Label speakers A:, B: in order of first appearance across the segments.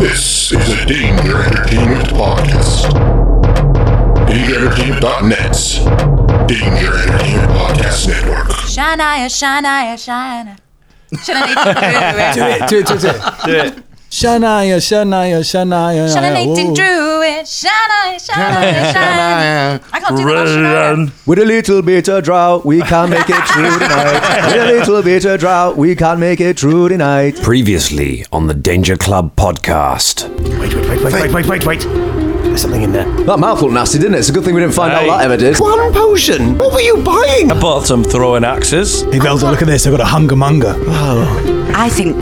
A: This is a Danger Entertainment podcast. DangerEntertainment.net's Danger Entertainment Podcast Network.
B: Shania, Shania, Shania. Shania
C: do it, do it, do it, do it.
D: Do it.
C: Shania, Shania, Shania.
B: Nathan drew it. Shania, Shania, Shania. I can't do the Shania.
E: With a little bit of drought, we can't make it through tonight. With a little bit of drought, we can't make it through tonight.
F: Previously on the Danger Club podcast.
G: Wait, wait, wait, wait, wait, wait, wait, wait. There's something in there.
E: That mouthful nasty, didn't it? It's a good thing we didn't find
D: Hey.
E: out that ever did.
G: One potion? What were you buying?
D: I bought some throwing axes.
H: Hey, Velda, look at this. I've got a hunger monger.
I: I think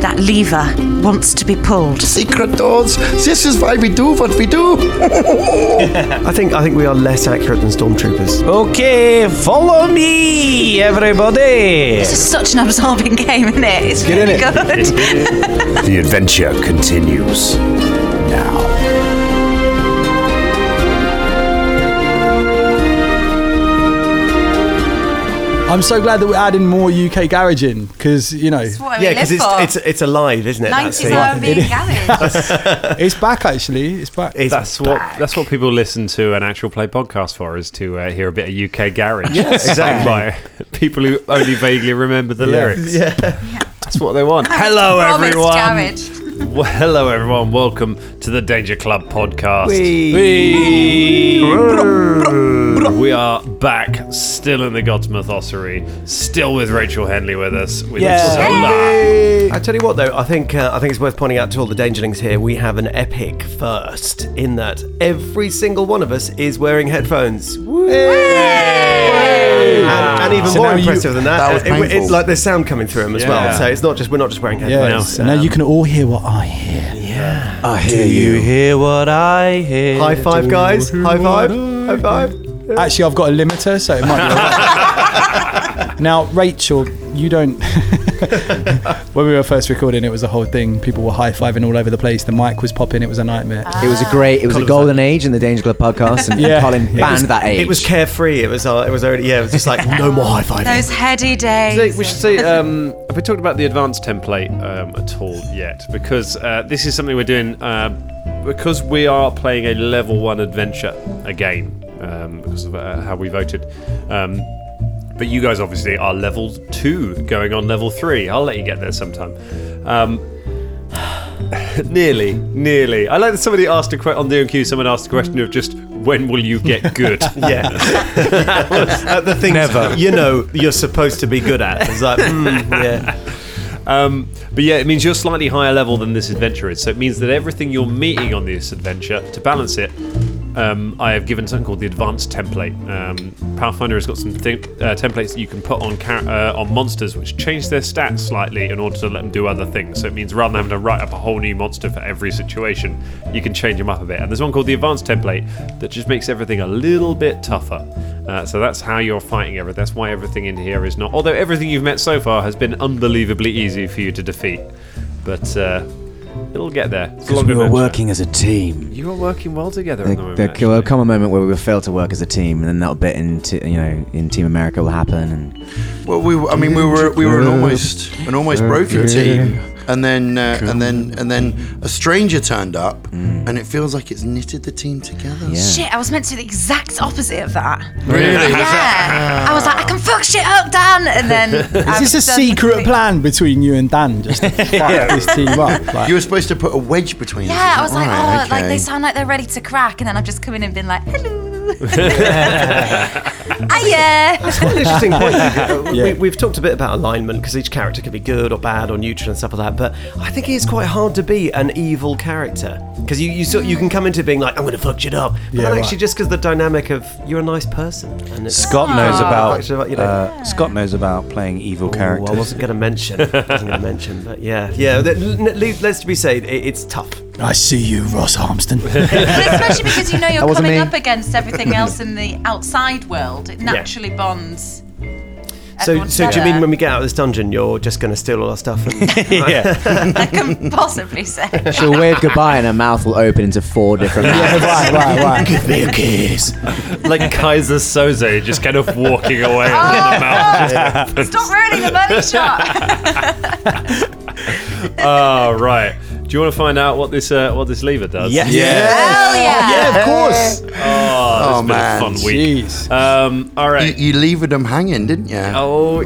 I: that lever wants to be pulled.
G: Secret doors. This is why we do what we do. I think I think we are less accurate than stormtroopers.
D: Okay, follow me, everybody.
B: This is such an absorbing game, isn't it? It's
C: Get in
B: really good.
F: The adventure continues now.
C: I'm so glad that we're adding more UK garage in because, you know,
B: What yeah, because
G: it's, it's it's alive, isn't it? that
B: 90s
G: scene?
B: R&B garage.
C: it's back actually. It's back.
G: It's
D: That's what that's what people listen to an actual play podcast for is to uh, hear a bit of UK garage. Yes,
G: exactly.
D: By people who only vaguely remember the lyrics. Yeah. That's what they want. Hello
B: Promised
D: everyone.
B: garage.
D: Well, hello everyone. Welcome to the Danger Club podcast. We are back, still in the Godsmith ossuary, still with Rachel Henley with us. With Zola.
G: I tell you what, though, I think uh, I think it's worth pointing out to all the Dangerlings here. We have an epic first in that every single one of us is wearing headphones. Woo! And, and even
C: So
G: more
C: now you-
G: impressive than that,
J: that was
G: it- it-
J: painful.
G: it's like there's sound coming through them as well.
D: Yeah.
G: So it's not just we're not just wearing headphones.
C: yeah. So now you can all hear what I hear.
E: I hear you.
D: hear what I hear?
G: High five, guys! High five! High five!
C: Actually, I've got a limiter, so it might be. alright. now, Rachel, you don't. when we were first recording, it was a whole thing. People were high fiving all over the place. The mic was popping. It was a nightmare.
E: It was a great, it was a golden age in the Danger Club podcast, and
C: Yeah.
E: Colin banned that age.
G: It was carefree. It was. Uh, it was already. Yeah. It was just like no more high five.
B: Those heady
D: Say-
B: days.
D: we should say, um, have we talked about the advanced template um, at all yet? Because uh, this is something we're doing uh, because we are playing a level one adventure again um, because of uh, how we voted. Um, but you guys obviously are level two, going on level three. I'll let you get there sometime. Um, nearly, nearly. I like that somebody asked a question on the Q. Someone asked a question of just when will you get good?
G: Yeah. Uh, the things you know you're supposed to be good at. It's like mm, yeah.
D: Um, but yeah, it means you're slightly higher level than this adventure is. So it means that everything you're meeting on this adventure, to balance it, um, I have given something called the advanced template. Um, Pathfinder has got some thi- uh, templates that you can put on char- uh, on monsters, which change their stats slightly in order to let them do other things. So it means rather than having to write up a whole new monster for every situation, you can change them up a bit. And there's one called the advanced template that just makes everything a little bit tougher. Uh, so that's how you're fighting everything. That's why everything in here is not. Although everything you've met so far has been unbelievably easy for you to defeat, but uh, it'll get there. It's a long
J: we were
D: adventure.
J: working as a team.
D: You are working well together. at the
E: There,
D: moment,
E: there
D: actually.
E: will come a moment where we will fail to work as a team, and then that'll bit into you know in Team America will happen, and
J: Well, we were, I mean, we were we were an almost an almost broken team, and then uh, and then and then a stranger turned up, and it feels like it's knitted the team together.
E: yeah.
B: Shit, I was meant to do the exact opposite of that.
J: Really?
B: Yeah. I was like, I can fuck shit up, Dan. And then.
C: Is this a secret plan between you and Dan just to fuck this team up? Like,
J: You were supposed to put a wedge between us.
B: Yeah, I was like,
J: Right,
B: oh, like they
J: okay.
B: sound like they're ready to crack, and then I've just come in and been like, hello. Ah, yeah.
G: Quite an interesting point. Uh,
C: Yeah.
G: we, we've talked a bit about alignment because each character can be good or bad or neutral and stuff like that. But I think it is quite hard to be an evil character because you you, sort, you can come into being like I'm going to fuck shit up, but
C: Yeah,
G: actually
C: right.
G: just because the dynamic of you're a nice person and it's
J: Scott
G: knows uh,
J: about,
G: you know,
H: uh,
J: Scott knows about playing evil
G: Well, I wasn't going to mention. I wasn't going to mention, but yeah, yeah. th- n- n- Let's be said, it, it's tough.
C: I see you, Ross Harmston.
B: But especially because you know you're
E: wasn't
B: coming
E: me.
B: up against everything else in the outside world, it naturally bonds.
G: So,
B: everyone
G: so do you mean
B: together.
G: when we get out of this dungeon, you're just going to steal all our stuff? And,
B: I can possibly say.
E: she'll wave goodbye, and her mouth will open into four different.
C: yeah, right, right, right.
D: like Kaiser Soze just kind of walking away on the mountain.
B: Stop ruining the money shot.
D: Oh, right. Do you want to find out what this uh, what this lever does?
G: Yes.
B: Hell yeah.
J: of course.
D: Oh,
J: Oh,
D: it
J: man.
D: been a fun week.
C: Jeez.
D: Um, all right.
J: You, you levered them hanging, didn't you?
D: Oh,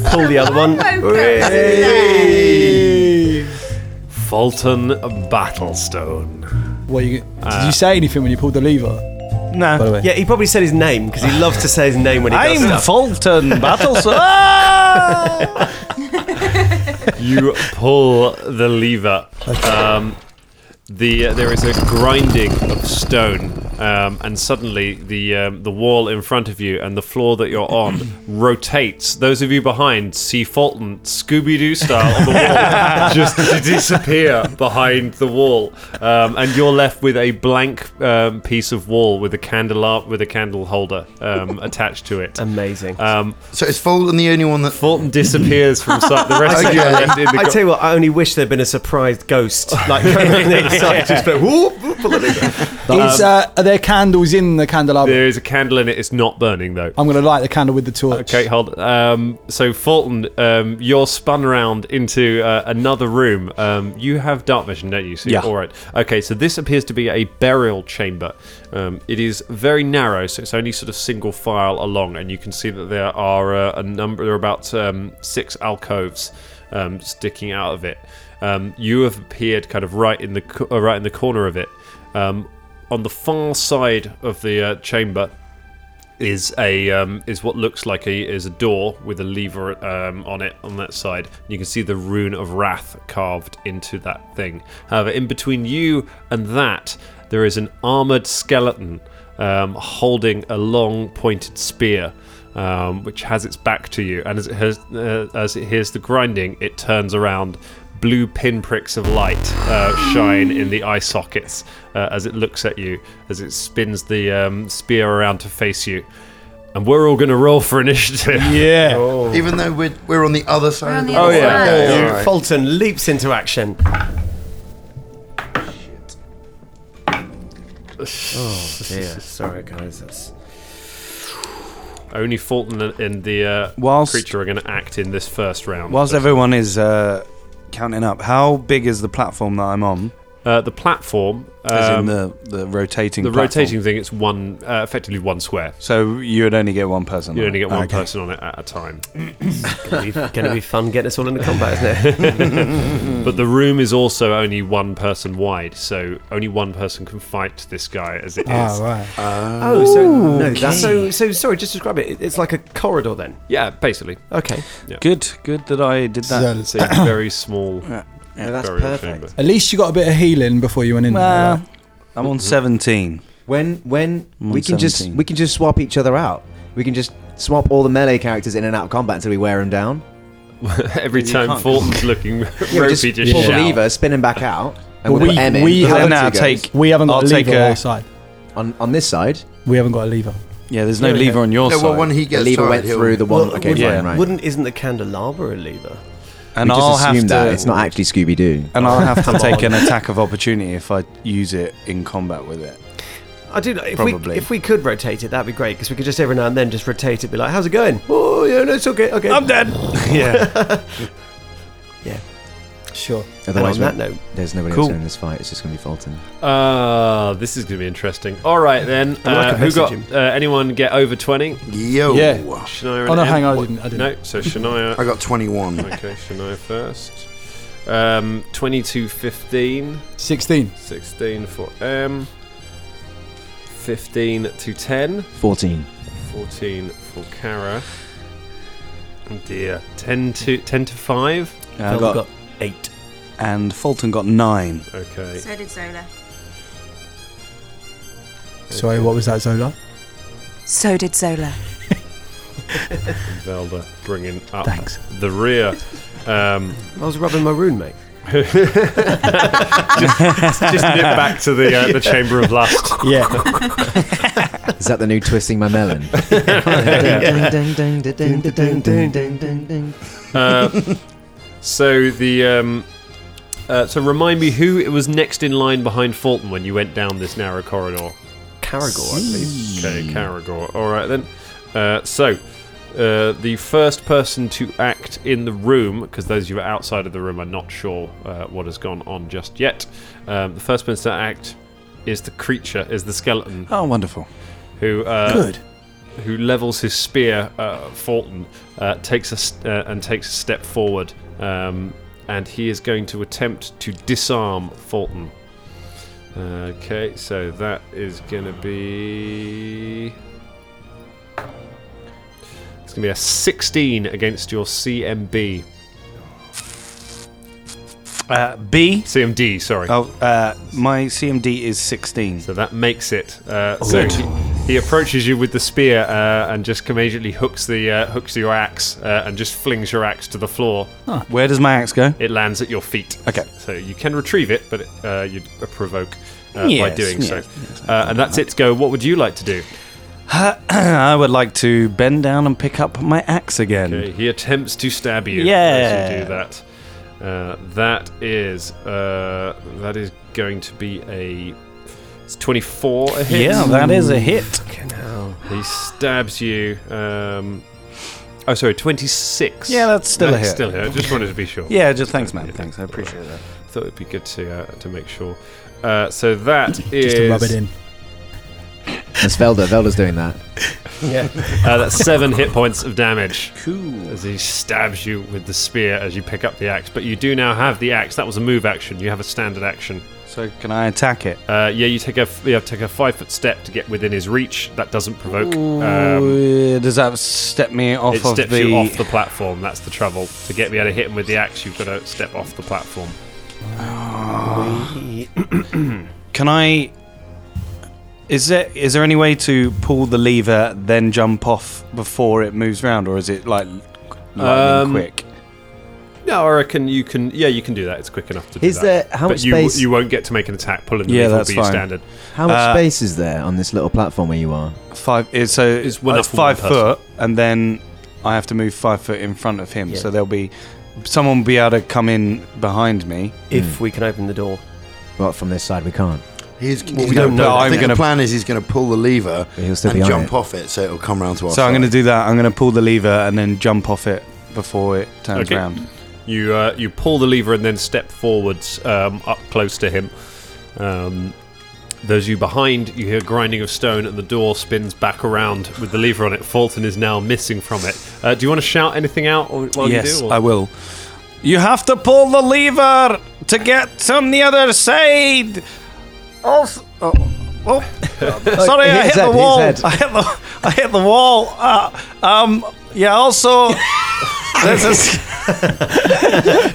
J: Leave
G: Pull the other one.
D: Fulton Battlestone. Uh,
C: What you? Did you say anything when you pulled the lever?
G: No.
C: the way.
G: Yeah, he probably said his name because he loves to say his name when he does
H: I'm
G: stuff.
H: Fulton Battlestone.
D: You pull the lever. Um, the uh, there is a grinding of stone, um, and suddenly the um, the wall in front of you and the floor that you're on rotates. Those of you behind see Fulton Scooby Doo style on the wall just to disappear behind the wall, um, and you're left with a blank um, piece of wall with a candle with a candle holder um, attached to it.
G: Amazing.
D: Um,
J: So it's Fulton the only one that.
D: Fulton disappears from sight. The rest of you are left in the.
G: I
D: gr-
G: tell you what, I only wish there'd been a surprised ghost like coming in the other side, just like, whoop, whoop, pull it in.
D: Um,
C: Is, uh, are there candles in the candelabra?
D: There is a candle in it. It's not burning though.
C: I'm gonna light the candle with the torch.
D: Okay, hold. Um, so Fulton, um, you're spun around into uh, another room. Um, you have dark vision, don't you? So yeah. All right. Okay, so this appears to be a burial chamber. Um, it is very narrow, so it's only sort of single file along, and you can see that there are uh, a number. There are about um, six alcoves um, sticking out of it. Um, you have appeared kind of right in the co- uh, right in the corner of it. Um, on the far side of the uh, chamber is a um, is what looks like a is a door with a lever um, on it on that side. You can see the rune of wrath carved into that thing. However, in between you and that, there is an armored skeleton um, holding a long pointed spear. Um, which has its back to you, and as it has, uh, as it hears the grinding, it turns around. Blue pinpricks of light uh, shine in the eye sockets uh, as it looks at you, as it spins the um, spear around to face you. And we're all going to roll for initiative.
H: yeah.
G: Oh.
D: Oh.
J: Even though we're, we're on the other side
B: on
J: of the
B: the
J: wall.
B: other Oh, yeah. side.
J: Okay,
G: You-
J: all right.
G: Fulton leaps into action. Oh dear. Sorry, guys. That's...
D: Only Fulton and- and the uh,
H: Whilst-
D: creature are going to act in this first round.
H: Whilst everyone is uh, counting up, how big is the platform that I'm on?
D: uh, the platform,
H: As
D: um,
H: in
D: the,
H: the, the rotating platform.
D: rotating thing, it's one uh, effectively one square.
H: So you would only get one person.
D: You
H: on
D: only
H: it.
D: get one
H: Okay.
D: person on it at a time.
G: Gonna be fun getting us all into combat, isn't it?
D: But the room is also only one person wide, so only one person can fight this guy as it is.
C: Ah, right.
G: oh, so no, that's so. So sorry. Just describe it. It- It's like a corridor then.
D: Yeah, basically.
G: Okay.
H: Good, good that I did that.
D: It's a very small
E: that's
D: burial
E: perfect.
D: chamber.
C: At least you got a bit of healing before you went in.
H: Well, I'm on 17.
E: When when
H: I'm on
E: we can just
H: 17.
E: we can just swap each other out. We can just swap all the melee characters in and out of combat until we wear them down.
D: Every time
H: can't-
D: Fulton's looking
E: Yeah,
D: ropey,
E: just
D: just,
E: pull the
D: shout.
E: lever, spin him back out, and
C: Well,
E: we'll
C: we-
E: put M in.
C: we
E: We'll
H: have
E: let
H: now
E: two goes.
H: take-
C: we haven't got
H: I'll
C: a
H: take
C: lever on
H: a-
C: our side.
E: on on this side.
C: We haven't got a lever.
H: Yeah, there's no lever on your
J: No,
H: side.
J: well, when he
E: The
J: gets
E: lever
J: tired,
E: went
J: he'll-
E: through the one.
G: Well,
E: okay,
G: wouldn't-
E: fine, right.
G: Wouldn't isn't the candelabra a lever?
H: and
E: we
H: I'll
E: just
H: have
E: assume
H: to.
E: that it's not actually Scooby Doo.
H: and I'll have to take an attack of opportunity if I use it in combat with it.
G: I do. If
H: Probably.
G: we if we could rotate it, that'd be great because we could just every now and then just rotate it. Be like, how's it going? Oh yeah, no, it's okay. Okay, I'm dead.
H: Yeah.
C: Sure.
G: And on
E: Otherwise,
G: that
E: we-
G: note,
E: there's nobody
H: Cool.
E: else in this fight. It's just going to be Fulton.
D: Ah, this is going to be interesting. All right then.
G: I like
D: Uh,
G: a
D: who got
G: message.
D: uh, anyone get over twenty?
J: Yo.
C: Yeah.
D: Shania.
C: Oh,
D: and
C: no,
D: Em?
C: hang on, I
D: What-
C: didn't- I
D: No, so
J: I
D: Shania.
J: got 21.
D: okay, Shania first. Um, 22, 15,
C: 16.
D: 16 for M. 15 to 10,
E: Fourteen.
D: 14 for Kara. Oh dear, 10 to 10 to 5.
H: I
G: Phil
H: got,
G: got eight.
H: and Fulton got nine.
D: Okay.
B: So did Zola.
C: Sorry, what was that, Zola?
I: So did Zola.
D: Velda bringing up
C: Thanks.
D: the rear. Um,
G: I was rubbing my rune, mate.
D: just nip back to the uh, the chamber of lust.
C: Yeah.
E: Is that the new twisting my melon?
D: Uh, so the um, uh, so remind me who it was next in line behind Fulton when you went down this narrow corridor.
G: Caragor, I believe.
D: Okay, Caragor. All right then. Uh, so Uh, the first person to act in the room, because those of you outside of the room are not sure uh, what has gone on just yet. Um, the first person to act is the creature, is the skeleton
H: Oh, wonderful.
D: who uh,
C: Good.
D: who levels his spear uh, at Fulton, uh, takes a st- uh, and takes a step forward, um, and he is going to attempt to disarm Fulton. Okay, so that is going to be it's going to be a 16 against your CMB.
H: Uh, B.
D: CMD, sorry.
H: Oh, uh, my CMD is 16.
D: So that makes it. Uh, so he, he approaches you with the spear uh, and just immediately hooks the uh, hooks your axe uh, and just flings your axe to the floor.
H: Where does my axe go?
D: It lands at your feet.
H: Okay.
D: So you can retrieve it, but uh, you'd uh, provoke uh, by
H: Yes,
D: doing so.
H: yes,
D: uh, and that's it. Go. What would you like to do?
H: I would like to bend down and pick up my axe again.
D: Okay, he attempts to stab you. As you
H: Yeah.
D: do that. Uh, that is uh, that is going to be a it's 24 a hit.
H: Yeah, that is a hit.
D: He stabs you. Um, oh, sorry, 26.
H: Yeah, that's still a hit.
D: Still here. Just wanted to be sure.
H: Yeah, just thanks, man. Thanks, I appreciate that.
D: Thought it'd be good to uh, to make sure. Uh, so that is
C: Just to rub it in.
E: It's Velda. Velda's doing that.
D: Uh, that's seven hit points of damage. Cool. As he stabs you with the spear as you pick up the axe, but you do now have the axe. That was a move action. You have a standard action.
H: So, can I attack it?
D: Uh, yeah, you take a f- you have to take a five foot step to get within his reach. That doesn't provoke. Um,
H: Uh, Does that step me off
D: it
H: of
D: steps
H: the?
D: you off the platform. That's the trouble. To get me out of hit him with the axe, you've got to step off the platform.
H: Can I? Is there is there any way to pull the lever then jump off before it moves round, or is it like lightning
D: Um,
H: quick?
D: No, I reckon you can. Yeah, you can do that. It's quick enough to do
E: Is
D: that.
E: there- how
D: but
E: much
D: you,
E: space-
D: You won't get to make an attack. Pulling the
H: Yeah,
D: lever will
H: that's
D: be your
H: fine.
D: standard.
E: How much
H: Uh,
E: space is there on this little platform where you are?
H: Five. It's, so
D: It's
H: it's,
D: one up for one
H: five
D: person.
H: foot, and then I have to move five foot in front of him.
G: Yeah.
H: So there'll be someone will be able to come in behind me.
G: If we can open the door.
E: Well, from this side, we can't.
J: He's, he's
H: we
J: gonna
H: don't know.
J: pull- I
H: I'm
J: think the
H: gonna-
J: plan is he's going to pull the lever
E: But he'll still
J: and
E: be on
J: jump
E: it.
J: off it, so it'll come round to us.
H: So I'm going to do that. I'm going to pull the lever and then jump off it before it turns
D: Okay.
H: round.
D: You uh, you pull the lever and then step forwards um, up close to him. Um, those of you behind, you hear grinding of stone, and the door spins back around with the lever on it. Fulton is now missing from it. Uh, do you want to shout anything out or- while
H: yes,
D: you do? or-
H: I will. You have to pull the lever to get on the other side. Also, oh, oh, sorry,
E: hit
H: I
E: his
H: hit
E: head, hit
H: the
E: his
H: wall.
E: head.
H: I hit the, I hit the wall. Uh, um, yeah. Also, there's a, s-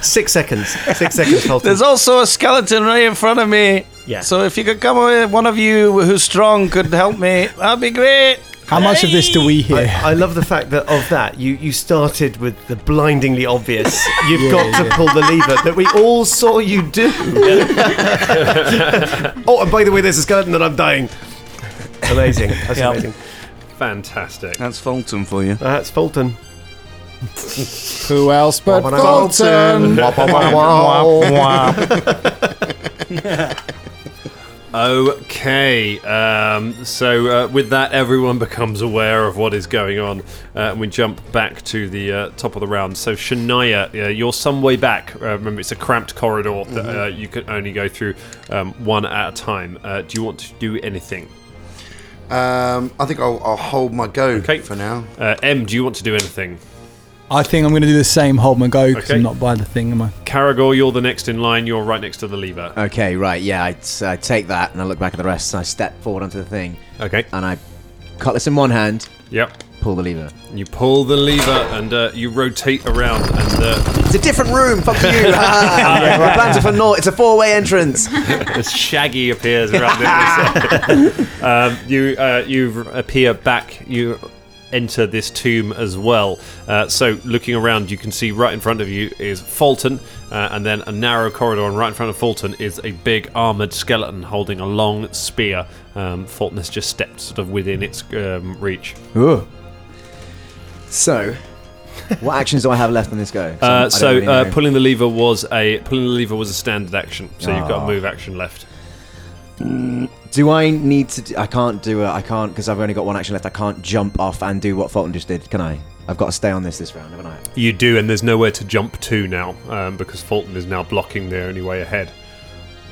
G: Six seconds. Six seconds, Fulton.
H: there's also a skeleton right in front of me.
G: Yeah.
H: So if you could come, with one of you who's strong could help me. That'd be great.
C: How much of this do we hear?
G: I, I love the fact that of that you, you started with the blindingly obvious. You've got to pull the lever that we all saw you do. oh, and by the way, there's a skeleton that I'm dying. Amazing. That's amazing.
D: Fantastic.
H: That's Fulton for you.
G: That's Fulton.
C: Who else but
J: Fulton.
C: Fulton?
D: Okay, um, so uh, with that, everyone becomes aware of what is going on, uh, and we jump back to the uh, top of the round. So Shania, uh, you're some way back. Uh, remember, it's a cramped corridor that
J: Mm-hmm.
D: uh, you can only go through um, one at a time. Uh, do you want to do anything?
J: Um, I think I'll, I'll hold my go
D: Okay.
J: for now.
D: Uh, M, do you want to do anything?
C: I think I'm going to do the same hold my go because
D: Okay.
C: I'm not by the thing, am I?
D: Caragor, you're the next in line. You're right next to the lever.
E: Okay, right, yeah. I, s- I take that and I look back at the rest and I step forward onto the thing
D: Okay.
E: and I cutlass in one hand,
D: Yep.
E: pull the lever.
D: You pull the lever and uh, you rotate around, and uh,
E: It's a different room. Fuck you. Ah, My plans are for naught. It's a four-way entrance.
D: Shaggy appears around the other side. um, you uh, you appear back. You enter this tomb as well. Uh, so looking around, you can see right in front of you is Fulton, uh, and then a narrow corridor. And right in front of Fulton is a big armored skeleton holding a long spear. Um, Fulton has just stepped sort of within its um, reach.
E: Ooh. So, what actions do I have left on this go? 'Cause I'm- I
D: Uh,
E: don't
D: so
E: really
D: uh,
E: know.
D: pulling the lever was a pulling the lever was a standard action. So you've got a
E: Ah.
D: move action left.
E: do I need to? Do, I can't do it. I can't because I've only got one action left. I can't jump off and do what Fulton just did. Can I? I've got to stay on this this round, haven't I?
D: You do, and there's nowhere to jump to now um, because Fulton is now blocking the only way ahead.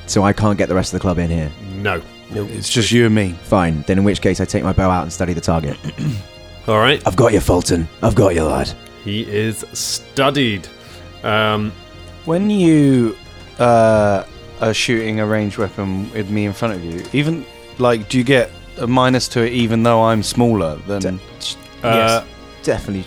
E: So I can't get the rest of the club in here.
D: No.
G: No.
H: It's just you and me.
E: Fine. Then in which case, I take my bow out and study the target.
D: All right.
E: I've got you, Fulton. I've got you, lad.
D: He is studied. Um,
H: When you uh, are shooting a ranged weapon with me in front of you, even like, do you get a minus to it even though I'm smaller than?
D: uh,
E: Definitely.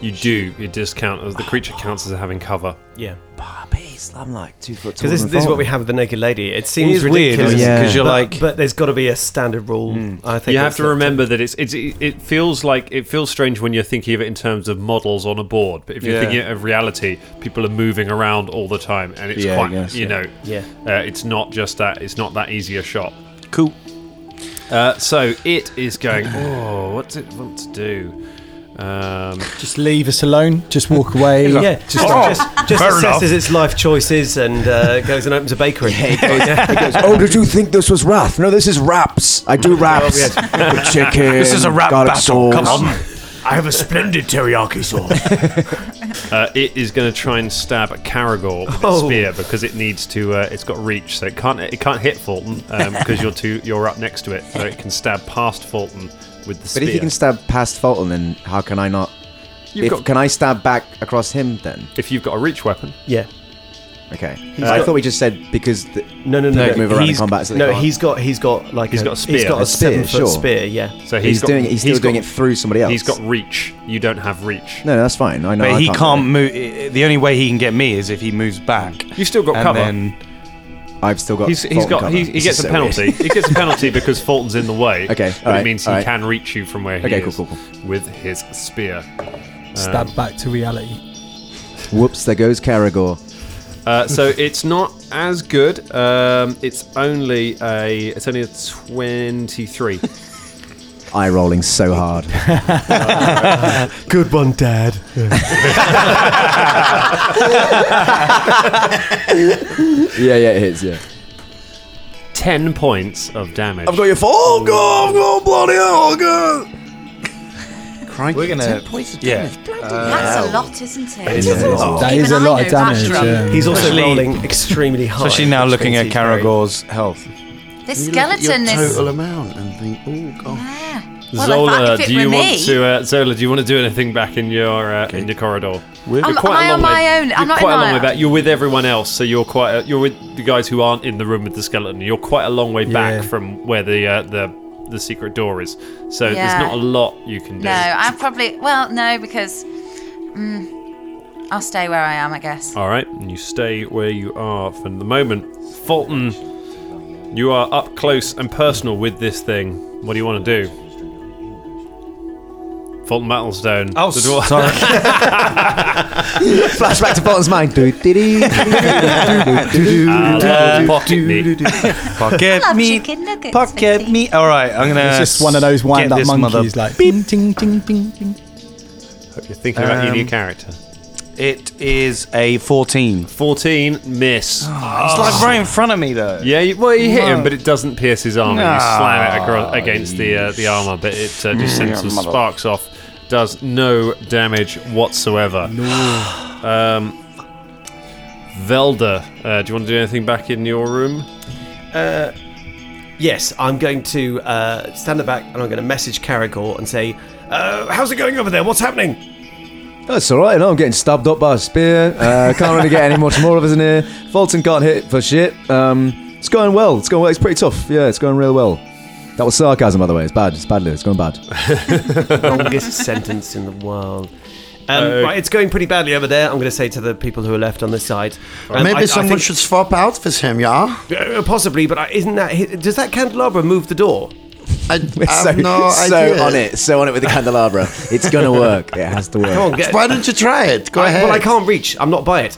D: You do. It discount as the creature counts as having cover.
G: Yeah.
E: Barbies. I'm like two foot tall.
G: Because this, this is what we have with the naked lady. It seems
H: is weird,
G: ridiculous
H: isn't it?
E: Yeah. 'Cause
H: you're
G: but,
H: like- Hmm.
G: but there's got to be a standard rule. I think
D: You have
G: that's
D: to
G: the-
D: remember that it's, it's it it feels like it feels strange when you're thinking of it in terms of models on a board, but if you're
H: Yeah.
D: thinking of reality, people are moving around all the time, and it's
H: Yeah, I
D: quite
H: guess,
D: you
H: yeah.
D: know
G: Yeah.
D: uh, it's not just that it's not that easy a shot.
H: Cool.
D: Uh, so it is going. Oh, what's it want to do? Um,
C: Just leave us alone. Just walk away.
G: Yeah, just,
C: Oh,
G: just, just assesses its life choices and uh, goes and opens a bakery.
E: oh, did you think this was wrath? No, this is raps. I
D: Oh,
E: do raps. With chicken. This is a rap garlic sauce.
G: I have a splendid teriyaki sauce.
D: Uh, it is going to try and stab at Caragor with its
G: Oh.
D: spear because it needs to. Uh, it's got reach, so it can't. It can't hit Fulton um, because you're too. You're up next to it, so it can stab past Fulton with the
E: But
D: spear.
E: if you can stab past Fulton, then how can I not?
D: You've
E: if,
D: got-
E: can I stab back across him then?
D: if you've got a reach weapon,
G: yeah.
E: Okay. I thought we just said because the,
G: No, no, no.
E: They
G: no.
E: move around in
G: He's-
E: combat, so they
G: no,
E: can't.
G: he's got he's got like
D: He's
G: a,
D: got a
G: He's
D: spear.
G: got a,
D: A
E: spear,
G: seven foot
E: sure.
G: spear. Yeah.
D: so
E: he's,
D: got-
E: doing it. He's still
D: got-
E: doing it through somebody else.
D: He's got reach. You don't have reach.
E: No, that's fine. I know.
H: But
E: I
H: he
E: can't,
H: can't move. The only way he can get me is if he moves back.
D: You still got
H: and
D: cover.
H: Then,
E: I've still got.
D: He's, he's
E: Fulton
D: got
E: cover.
D: he, he
E: This
D: gets
E: is
D: a
E: so weird.
D: penalty. he gets a penalty because Fulton's in the way.
E: Okay,
D: but it
E: alright,
D: means he
E: alright.
D: can reach you from where he
E: Okay, cool,
D: is
E: cool, cool.
D: with his spear. Um,
C: Stab back to reality.
E: Whoops! There goes Caragor.
D: Uh, so it's not as good. Um, it's only a it's only a twenty-three.
E: Eye rolling so hard.
G: Good one, Dad.
E: yeah, yeah, it is. Yeah.
D: Ten points of damage.
E: I've got your fall. go, go, bloody hell, go.
J: Crikey,
H: gonna-
J: 10 points of
H: yeah.
J: damage.
D: Uh,
J: Bloody
B: That's a lot, isn't it?
E: is a lot.
C: That
B: Even
C: is a
B: I
C: lot of
B: know that
C: damage.
B: drum.
C: Yeah.
G: He's also
H: Especially-
G: rolling extremely high.
H: so she's now
G: which
H: looking
G: means
H: at
G: he's very-
H: Caragor's health.
B: This
J: You look at your
B: skeleton is.
J: total amount and think, oh gosh.
B: Yeah. Well,
D: Zola,
B: if I, if it
D: do
B: were
D: you
B: me,
D: want to? Uh, Zola, do you want to do anything back in your uh, in your corridor? We're
B: I'm- am I on my own? I'm not
D: quite
B: in my
D: a long way
B: own.
D: back. You're with everyone else, so you're quite. A, you're with the guys who aren't in the room with the skeleton. You're quite a long way back
C: Yeah.
D: from where the uh, the the secret door is. So
B: Yeah.
D: there's not a lot you can do.
B: No, I probably. Well, no, because. Mm, I'll stay where I am, I guess.
D: All right, and you stay where you are for the moment. Fulton, you are up close and personal with this thing. What do you want to do? Fulton Battlestone.
H: Oh,
D: The dwar-
H: sorry.
E: Flashback to Fulton's mind. Do, do, do, do, do, do, do,
D: Uh,
E: do,
D: pocket
E: do,
D: me.
E: do, do.
H: Pocket
B: Love
H: me.
B: chicken nuggets,
H: Pocket
B: Vicky.
H: me. All right, I'm gonna.
C: It's just one of those wind
H: get
C: up
H: this
C: monkeys,
H: mother-
C: like beep, ting, ting, ting, ting.
D: Hope you're thinking about your new
H: Um,
D: character.
H: It is a 14.
D: 14, miss.
H: It's like right in front of me though.
D: Yeah, you, well, you hit him,
H: No.
D: but it doesn't pierce his armor. You
H: No.
D: slam it across, against the uh, the armor, but it uh,
H: Mm,
D: just sends some sparks off. Does no damage whatsoever. No. Um, Velda, uh, do you want to do anything back in your room?
G: Uh, Yes, I'm going to uh, stand at the back and I'm going to message Caragor and say, uh, "How's it going over there? What's happening?"
E: That's all right. You know, I'm getting stabbed up by a spear. Uh, can't really get any much more of us in here. Fulton can't hit for shit. Um, it's going well. It's going well. It's pretty tough. Yeah, it's going real well. That was sarcasm, by the way. It's bad. It's bad. Lou. It's going bad.
G: Longest sentence in the world. Um, right, it's going pretty badly over there. I'm going to say to the people who are left on this side. um,
J: Maybe
G: I- I
J: someone
G: think-
J: should swap out with him, yeah?
G: Uh, possibly, but I- isn't that hi- does that candelabra move the door?
J: I, I
E: so,
J: have no
E: so
J: idea.
E: on it. So on it with the candelabra. It's gonna work. It has to work.
G: Come on, get.
J: Why don't you try it? Go
G: I,
J: ahead.
G: well, I can't reach. I'm not by it.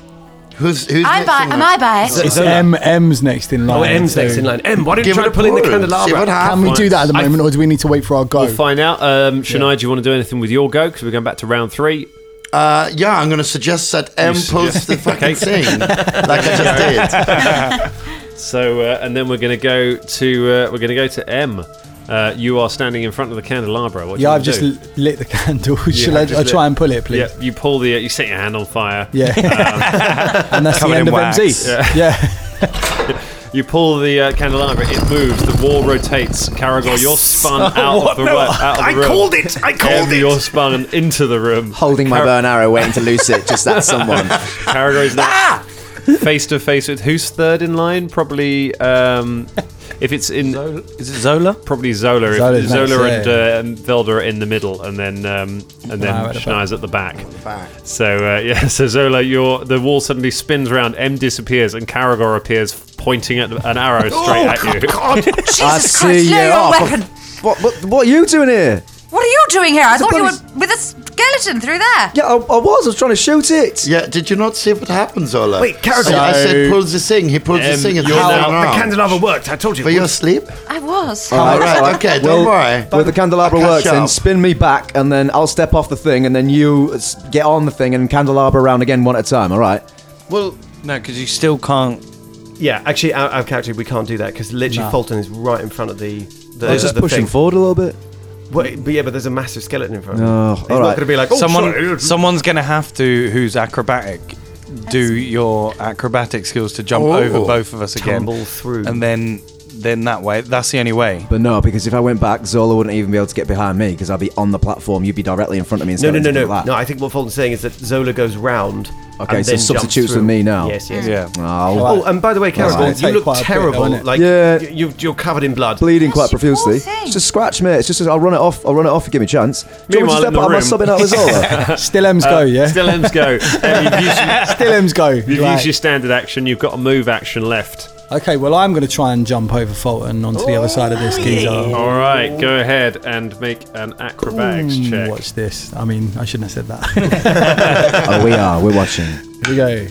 J: Who's, who's
B: I
J: next
B: buy.
J: in
B: Am I
J: line?
B: buy?
G: So-
C: It's
G: so-
C: M M's next in line.
G: Oh, M's next
C: so-
G: in line. M, why don't you
J: Give
G: try
J: it
G: to pull in the
J: a whirl. See what
G: candelabra?
C: Can we do that at the
G: I-
C: moment, or do we need to wait for our go?
D: We'll find out. Um, Shania, do you want to do anything with your go? Because we're going back to round three.
J: Uh, yeah, I'm going to suggest that M posts the fucking thing like I just did.
D: So, uh, and then we're going to go to uh, we're going to go to M. Uh, you are standing in front of the candelabra. What do
C: yeah,
D: you
C: I've
D: do?
C: just l- lit the candle.
D: Yeah,
C: Shall I,
D: just
C: I
D: lit-
C: try and pull it, please?
D: Yeah, you pull the. uh, You set your hand on fire. Um,
C: Yeah. and that's the
D: Covered
C: end
D: in
C: of
D: wax.
C: MZ.
D: Yeah.
C: yeah.
D: You pull the uh, candelabra. It moves. The wall rotates. Caragor, you're spun out of the, ro- out of the room.
G: it! I
D: Em, You're spun into the room.
K: Holding my bow and arrow, waiting to loose it. Just that someone.
D: Caragor's now face to face with who's third in line? Probably. Um, if it's in, is it Zola? Probably Zola. If-
C: Zola's next,
D: Zola
C: yeah.
D: and, uh, and Velda are in the middle, and then um, and then
C: Wow, at the
D: Schneier's at the back. So uh, yeah, so Zola, your the wall suddenly spins round. M disappears, and Caragor appears, pointing at an arrow straight at you.
E: I
I: Jesus
E: see
I: Christ,
E: you.
I: lay your
E: Oh,
I: weapon.
E: What, what, what are you doing here?
B: What are you doing here? I
E: It's a
B: thought you
E: bonus.
B: were with a skeleton through there.
E: Yeah, I, I was. I was trying to shoot it.
J: Yeah, did you not see what happened, Zola?
G: Wait, Caragor-
J: So I said
C: So-
J: pulls the thing. He pulls the
D: Um,
J: thing. It's
D: you're
J: how
D: now-
J: long?
G: The candelabra worked. I told you.
J: For your sleep?
B: I was.
J: All Oh, right. Okay. Don't worry.
E: With the candelabra
J: I'll catch
E: works,
J: you
E: then
J: up.
E: spin me back, and then I'll step off the thing, and then you s- get on the thing and candelabra around again one at a time. All right.
H: Well, no, because you still can't.
G: Yeah, actually, out of character, we can't do that because literally
C: No.
G: Fulton is right in front of the. the
E: I was just
G: the
E: pushing
G: thing.
E: forward a little bit.
G: Wait, but yeah, but there's a massive skeleton in front.
E: Oh,
G: of him. He's
E: all
G: not
E: right.
G: going to be like oh,
H: Someone,
G: sorry.
H: someone's going to have to. Who's acrobatic? Do your acrobatic skills to jump
J: Oh.
H: over both of us again,
G: Tumble through.
H: and then then that way. That's the only way.
E: But no, because if I went back, Zola wouldn't even be able to get behind me because I'd be on the platform. You'd be directly in front of me. and
G: No, no, no,
E: skeleton
G: no,
E: like
G: no.
E: that.
G: I think what Fulton's saying is that Zola goes round.
E: Okay,
G: and
E: so
G: then jumps
E: substitutes with
G: through.
E: me now.
G: Yes, yes.
H: Yeah.
E: Oh,
G: Oh, and by the way, Caragor,
C: gonna
G: you
C: take
G: look
C: quite a bit,
G: terrible.
C: though, isn't it?
G: like,
E: Yeah.
G: y- you, you're covered in blood.
E: bleeding
B: Yes,
E: quite
B: you poor
E: profusely.
B: thing.
E: It's just scratch, mate. It's just I'll run it off. I'll run it off. Give me a chance. Do you want me to
D: Meanwhile, in
E: step
D: the
E: up? Am I
D: room-
E: subbing out with Zola?
C: Still M's go, yeah? Still,
D: Uh, Still, M's go. Em, you've used, your-
C: M's go.
D: you've
C: Like,
D: used your standard action. You've got a move action left.
C: okay, well, I'm going to try and jump over Fulton onto the other side of this geezer.
D: All right, go ahead and make an acrobatics
C: Mm,
D: check.
C: Watch this. I mean, I shouldn't have said that. Here
E: oh, we are. We're watching.
C: we go.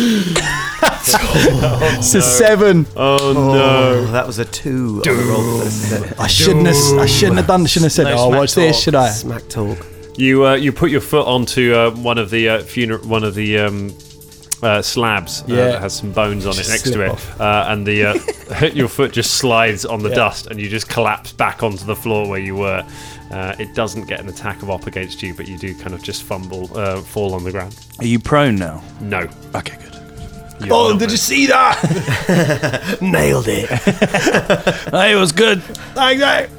C: it's a seven.
D: Oh
G: Oh,
D: no!
G: that was a two. on the roll for this, isn't it?
C: I shouldn't have. I shouldn't have done. Shouldn't have said.
G: No
C: oh,
G: smack
C: watch this.
G: talk.
C: Should I?
G: Smack talk.
D: You uh, you put your foot onto uh, one of the uh, funer- one of the um, uh, slabs uh,
C: Yeah.
D: that has some bones on
C: Just
D: it next
C: slip
D: to it,
C: off.
D: uh, and the uh, your foot just slides on the dust, and you just collapse back onto the floor where you were. Uh, it doesn't get an attack of op against you, but you do kind of just fumble, uh, fall on the ground.
H: Are you prone now?
D: No.
H: Okay, good.
D: you are not moving.
H: see that?
G: Nailed it.
H: it was good.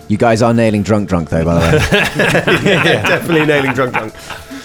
E: You guys are nailing drunk, drunk though. By the way.
G: Definitely nailing drunk drunk.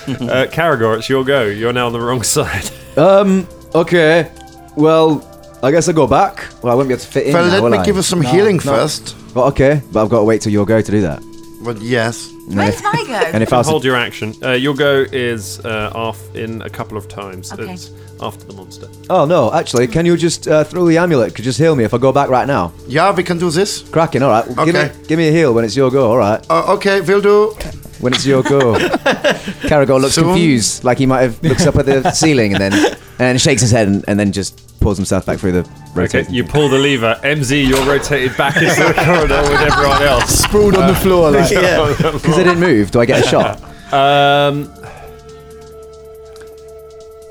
D: Uh, Caragor, it's your go. You're now on the wrong side.
E: Um. Okay. Well, I guess I will go back. Well, I won't be able to fit in.
J: Fella,
E: now,
J: let
E: will
J: me
E: I?
J: give us some
E: No,
J: healing
E: no.
J: first.
E: Well, okay, but I've got to wait till your go to do that.
J: But yes.
E: And
B: Where's
E: if-
B: my go?
E: And if I was,
D: Hold your action. Uh, your go is uh, off in a couple of times.
B: Okay.
D: It's after the monster.
E: oh no, actually, can you just uh, throw the amulet? Could you just heal me if I go back right now?
J: Yeah, we can do this.
E: Cracking. All right. Give
J: Okay.
E: me, give me a heal when it's your go. All right.
J: Uh, okay, we'll do.
E: When it's your go. Caragor looks
J: Soon.
E: confused, like he might have looks up at the ceiling and then and shakes his head and, and then just pulls himself back through the
D: Okay,
E: rotation.
D: you pull the lever. MZ, you're rotated back into the corridor with everyone else. Uh,
C: Sprawled on the floor. Like,
E: Because I didn't move, do I get a shot?
D: Um,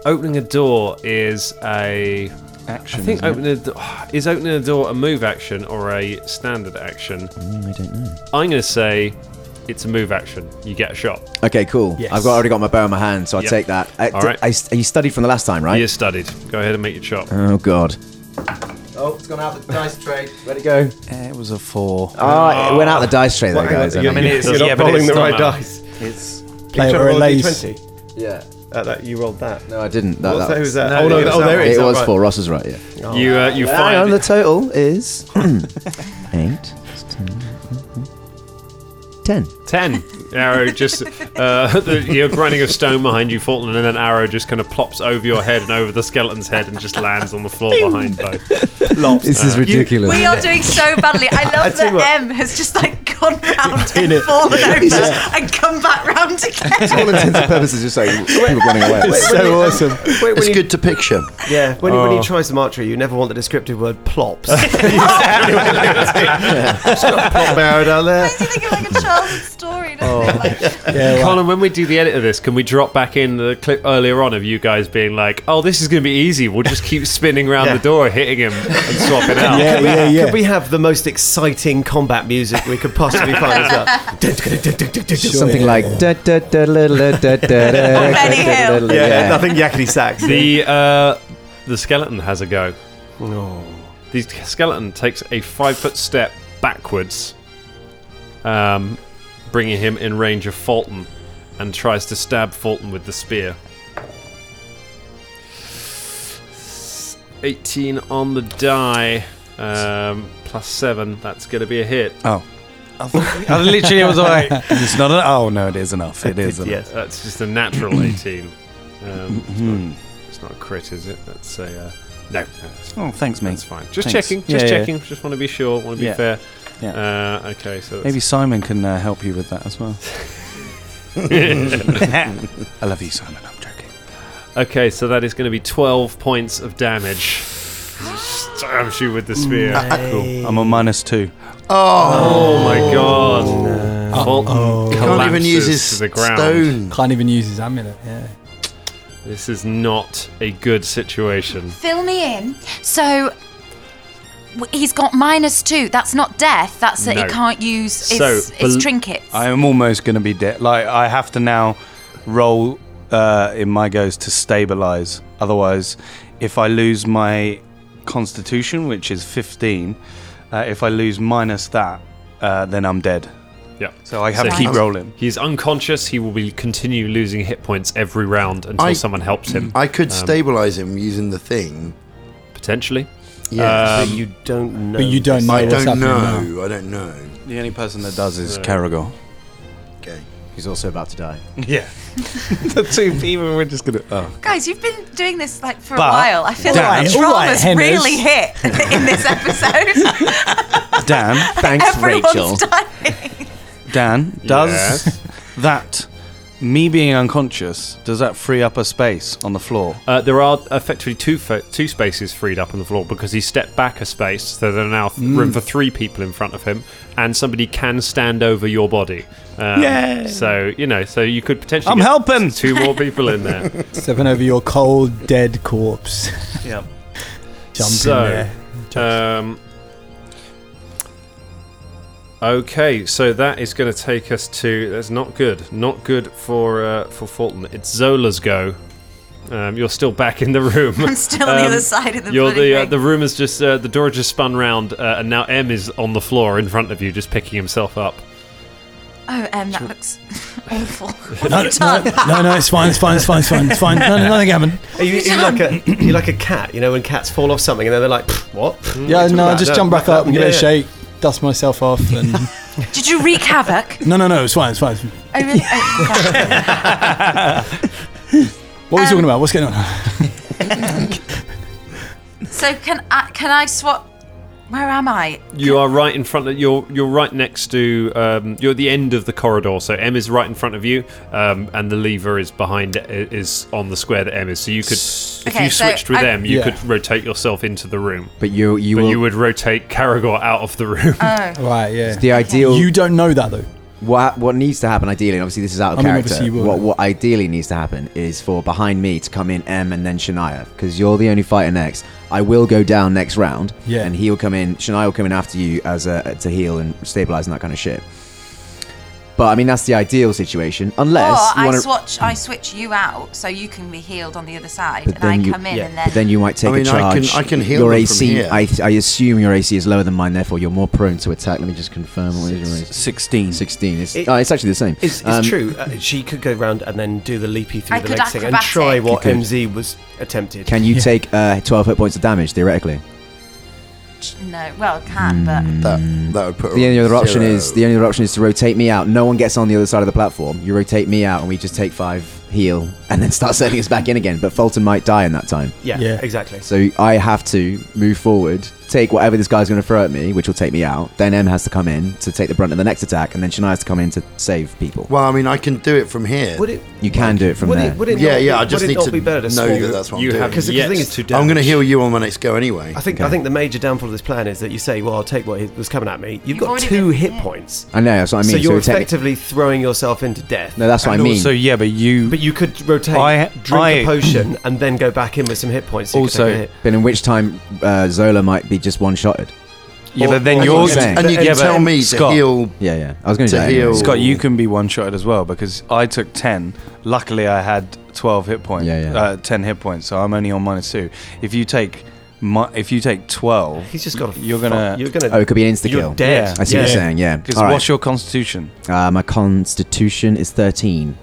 D: opening a door is a.
H: Action.
D: I think
H: isn't
D: opening
H: it?
D: a do- is opening a door a move action or a standard action.
E: Mm, I don't know.
D: I'm going to say it's a move action. You get a shot.
E: Okay, cool.
C: Yes.
E: I've got, already got my bow in my hand, so I
D: Yep.
E: take that. I,
D: All
E: d-
D: right.
E: I s- you studied from the last time, right?
D: You're studied. Go ahead and make your shot.
E: Oh god. Oh, it's gone out the dice tray. Ready to go.
H: Eh, it was a four.
E: Oh, it went out the dice tray there, guys.
D: hang on,
E: I
D: you
E: mean,
D: got a minute. It's-
G: You're
D: yeah,
G: not
D: but
G: rolling
D: it's
G: the
D: not
G: right
D: now.
G: dice.
H: It's
C: Play it or lace.
E: yeah.
G: Uh, that you rolled that.
E: No, I didn't. That,
G: What's
E: that
G: that? Who's that?
D: No,
G: oh no!
D: it was
G: Oh, there it
E: It
G: is.
E: was
G: right.
E: four. Ross is right. Yeah.
D: You uh, you
E: Hang on,
D: find
E: the total is eight. Ten.
D: ten. Arrow just uh, the, you're grinding a stone behind you, Fulton, and then arrow just kind of plops over your head and over the skeleton's head and just lands on the floor behind both.
E: This
G: Uh,
E: is ridiculous.
B: We are doing so badly. I love
G: tell
B: that
G: you what.
B: M has just like gone round and fallen over and come back round again.
E: all intents and purposes, just like people running away.
C: So awesome.
G: Wait, when
J: It's
G: you-
J: good to picture.
G: Yeah, when, you, when you try some archery, you never want the descriptive word plops. Just got a plop arrow down there.
B: Makes you think of like a child's story. doesn't it? Like,
D: Colin, when we do the edit of this, can we drop back in the clip earlier on of you guys being like, "Oh, this is going to be easy. We'll just keep spinning around the door, hitting him, and swapping out."
G: could, we, could we have the most exciting combat music we could possibly find as well?
E: Something like.
G: Yeah, nothing yakety sax.
D: The uh, the skeleton has a go.
G: Oh.
D: The skeleton takes a five foot step backwards, um, bringing him in range of Fulton, and tries to stab Fulton with the spear. 18 on the die, um, plus 7, that's going to be a hit.
H: Oh. I literally was like, it's not an. Oh, no, it is enough. It is enough.
D: That's just a natural 18. Um, it's, not, it's not a crit, is it? That's a. Uh, no. no, it's
H: Oh,
D: not.
H: thanks, mate.
D: That's fine. Just
H: Thanks.
D: checking. Just
H: Yeah, yeah.
D: checking. Just want to be sure. Want to be
H: Yeah.
D: fair.
H: Yeah.
D: Uh, okay, so that's
H: Maybe Simon can uh, help you with that as well. I love you, Simon. I'm joking.
D: Okay, so that is going to be 12 points of damage. Stabs you with the spear. Ah, Cool.
H: I'm on minus two.
D: Oh, my god.
H: Oh,
D: Fulton
J: Can't even use his
D: collapses to the ground.
J: stone.
C: Can't even use his amulet. Yeah.
D: This is not a good situation.
B: Fill me in. So w- he's got minus two. That's not death. That's that
H: No.
B: he can't use his,
H: So,
B: his
H: bel-
B: trinkets.
H: I am almost going to be dead. Like, I have to now roll uh, in my goes to stabilize. Otherwise, if I lose my constitution, which is 15, uh, if I lose minus that, uh, then I'm dead.
D: Yeah.
H: So I have to keep
D: he's-
H: rolling.
D: He's unconscious. He will be continue losing hit points every round until
J: I-
D: someone helps him.
J: I could
D: Um,
J: stabilize him using the thing.
D: potentially.
J: Yeah,
D: Um,
G: don't
C: But you don't know
J: I
C: what's
J: don't
C: happening
J: know. I don't know.
H: The only person that does is
D: So-
H: Caragor.
J: Okay.
K: He's also about to die.
H: Yeah. the two people we're just going to. Oh.
B: Guys, you've been doing this like for
H: But-
B: a while. I feel
H: Damn.
B: like
H: All right,
B: trauma's
H: Henners.
B: really hit in this episode.
H: Dan,
K: Thanks,
B: Everyone's
K: Rachel.
B: dying.
H: Dan, does
D: Yes.
H: that me being unconscious does that free up a space on the floor?
D: Uh, there are effectively two fo- two spaces freed up on the floor because he stepped back a space, so there are now th-
H: Mm.
D: room for three people in front of him, and somebody can stand over your body. Um,
H: Yay.
D: So you know, so you could potentially.
H: I'm
D: get
H: helping!
D: Two more people in there.
C: Stepping over your cold, dead corpse.
H: Yeah.
C: Jump in
D: so,
C: there.
D: um, okay, so that is going to take us to. That's not good. Not good for uh, for Fulton. It's Zola's go. Um, you're still back in the room. Um,
B: I'm still on the other side of the
D: You're
B: bloody
D: the, uh,
B: thing.
D: the room is just uh, the door just spun round, uh, and now M is on the floor in front of you, just picking himself up.
B: Oh, um, that looks awful.
C: No,
B: What have you
C: no,
B: done?
C: no, no, it's fine, it's fine, it's fine, it's fine, it's fine. No, no, nothing happened.
G: Are you, are you like a you're like a cat, you know, when cats fall off something and then they're like, "Pfft, what? Pfft,
C: Mm, Yeah,
G: what's all
C: no, I
G: that?"
C: just jump back up and give it a
G: Yeah.
C: shake, dust myself off, and
B: Did you wreak havoc?
C: no, no, no, it's fine, it's fine. it's fine.
B: I really, I,
C: What are we
B: Um,
C: talking about? What's going on?
B: so can I can I swap? Where am I?
D: You are right in front of you're you're right next to um, you're at the end of the corridor, so M is right in front of you, um, and the lever is behind is on the square that M is. So you could if
B: Okay,
D: you
B: so
D: switched with
B: I-
D: M, you
C: Yeah.
D: could rotate yourself into the room,
K: But you, you
D: but
K: will.
D: you would rotate Caragor out of the room.
B: Oh.
C: Right, yeah.
K: the ideal.
C: You don't know that though.
K: what what needs to happen ideally? And obviously, this is out of
C: I mean,
K: character.
C: obviously you will.
K: what what ideally needs to happen is for behind me to come in M and then Shania because you're the only fighter next. I will go down next round.
C: Yeah.
K: And he'll come in. Shania will come in after you as a to heal and stabilize and that kind of shit. But I mean, that's the ideal situation, unless
B: or
K: Uh, you
B: I
K: want to.
B: swatch, I switch you out so you can be healed on the other side,
K: But
B: and I
K: then you-
B: come in
G: yeah,
B: and
K: But then you might take
J: I mean,
K: a
J: I can-
K: charge.
J: I can heal
K: your
J: them
K: AC.
J: from here.
K: I, I assume your AC is lower than mine, therefore you're more prone to attack. Let me just confirm. What is your AC?
H: 16.
K: Sixteen. It's,
G: It-
K: oh, it's actually the same.
G: It's, it's
K: Um,
G: true. Uh, she could go round and then do the leapy through
B: I
G: the
B: could
G: legs thing and
B: acrobatic.
G: try what
K: You could.
G: MZ was attempted.
K: Can you take uh, twelve hit points of damage theoretically?
B: then no, well, can
K: Hmm.
B: but
J: That that would put. her
K: The only
J: on
K: other option
J: zero.
K: is the only other option is to rotate me out. No one gets on the other side of the platform. You rotate me out, and we just take five heal, and then start sending us back in again. But Fulton might die in that time,
G: Yeah,
C: Yeah.
G: exactly.
K: so I have to move forward take whatever this guy's going to throw at me, which will take me out. Then M has to come in to take the brunt of the next attack, and then Shania has to come in to save people.
J: Well, I mean, I can do it from here.
G: Would it?
K: You can do it from
J: would
K: there.
J: it- would it Yeah, not yeah, be- I just would it need not to be better to know swap? that that's what I'm You doing. have
G: Because the
J: yet
G: thing is,
J: to I'm gonna heal you on my next go anyway.
G: I think I
J: Okay.
G: think the major downfall of this plan is that you say, "Well, I'll take what he- was coming at me." You've, got
J: already
G: two hit points.
K: I know, that's what I mean.
G: So
K: So
G: you're
K: techni-
G: effectively throwing yourself into death.
K: No, that's what And I mean.
G: So
K: also,
H: yeah, but you
G: but you could rotate,
H: I-
G: drink a
H: I-
G: potion, and then go back in with some hit points. So you could take a
K: also,
G: hit.
K: but in which time uh, Zola might be just one shotted.
H: Yeah, but then
K: That's
H: you're
K: what I'm saying.
J: and you can
H: yeah, but
J: tell me
H: Scott-
J: to heal.
K: Yeah, yeah. I was going
J: to
K: do that
J: heal.
K: anyway.
H: Scott, you can be one shotted as well because I took ten. Luckily, I had twelve hit points. Yeah, yeah. Uh, ten hit points, so I'm only on minus two. If you take, my, if you take twelve,
G: he's just got.
H: You're gonna.
G: you're gonna.
K: Oh, it could be an insta
H: You're
K: kill.
H: dead.
K: I see what
H: Yeah.
K: you're saying. Yeah.
H: 'Cause
K: All right.
H: what's your constitution?
K: Uh, my constitution is 13.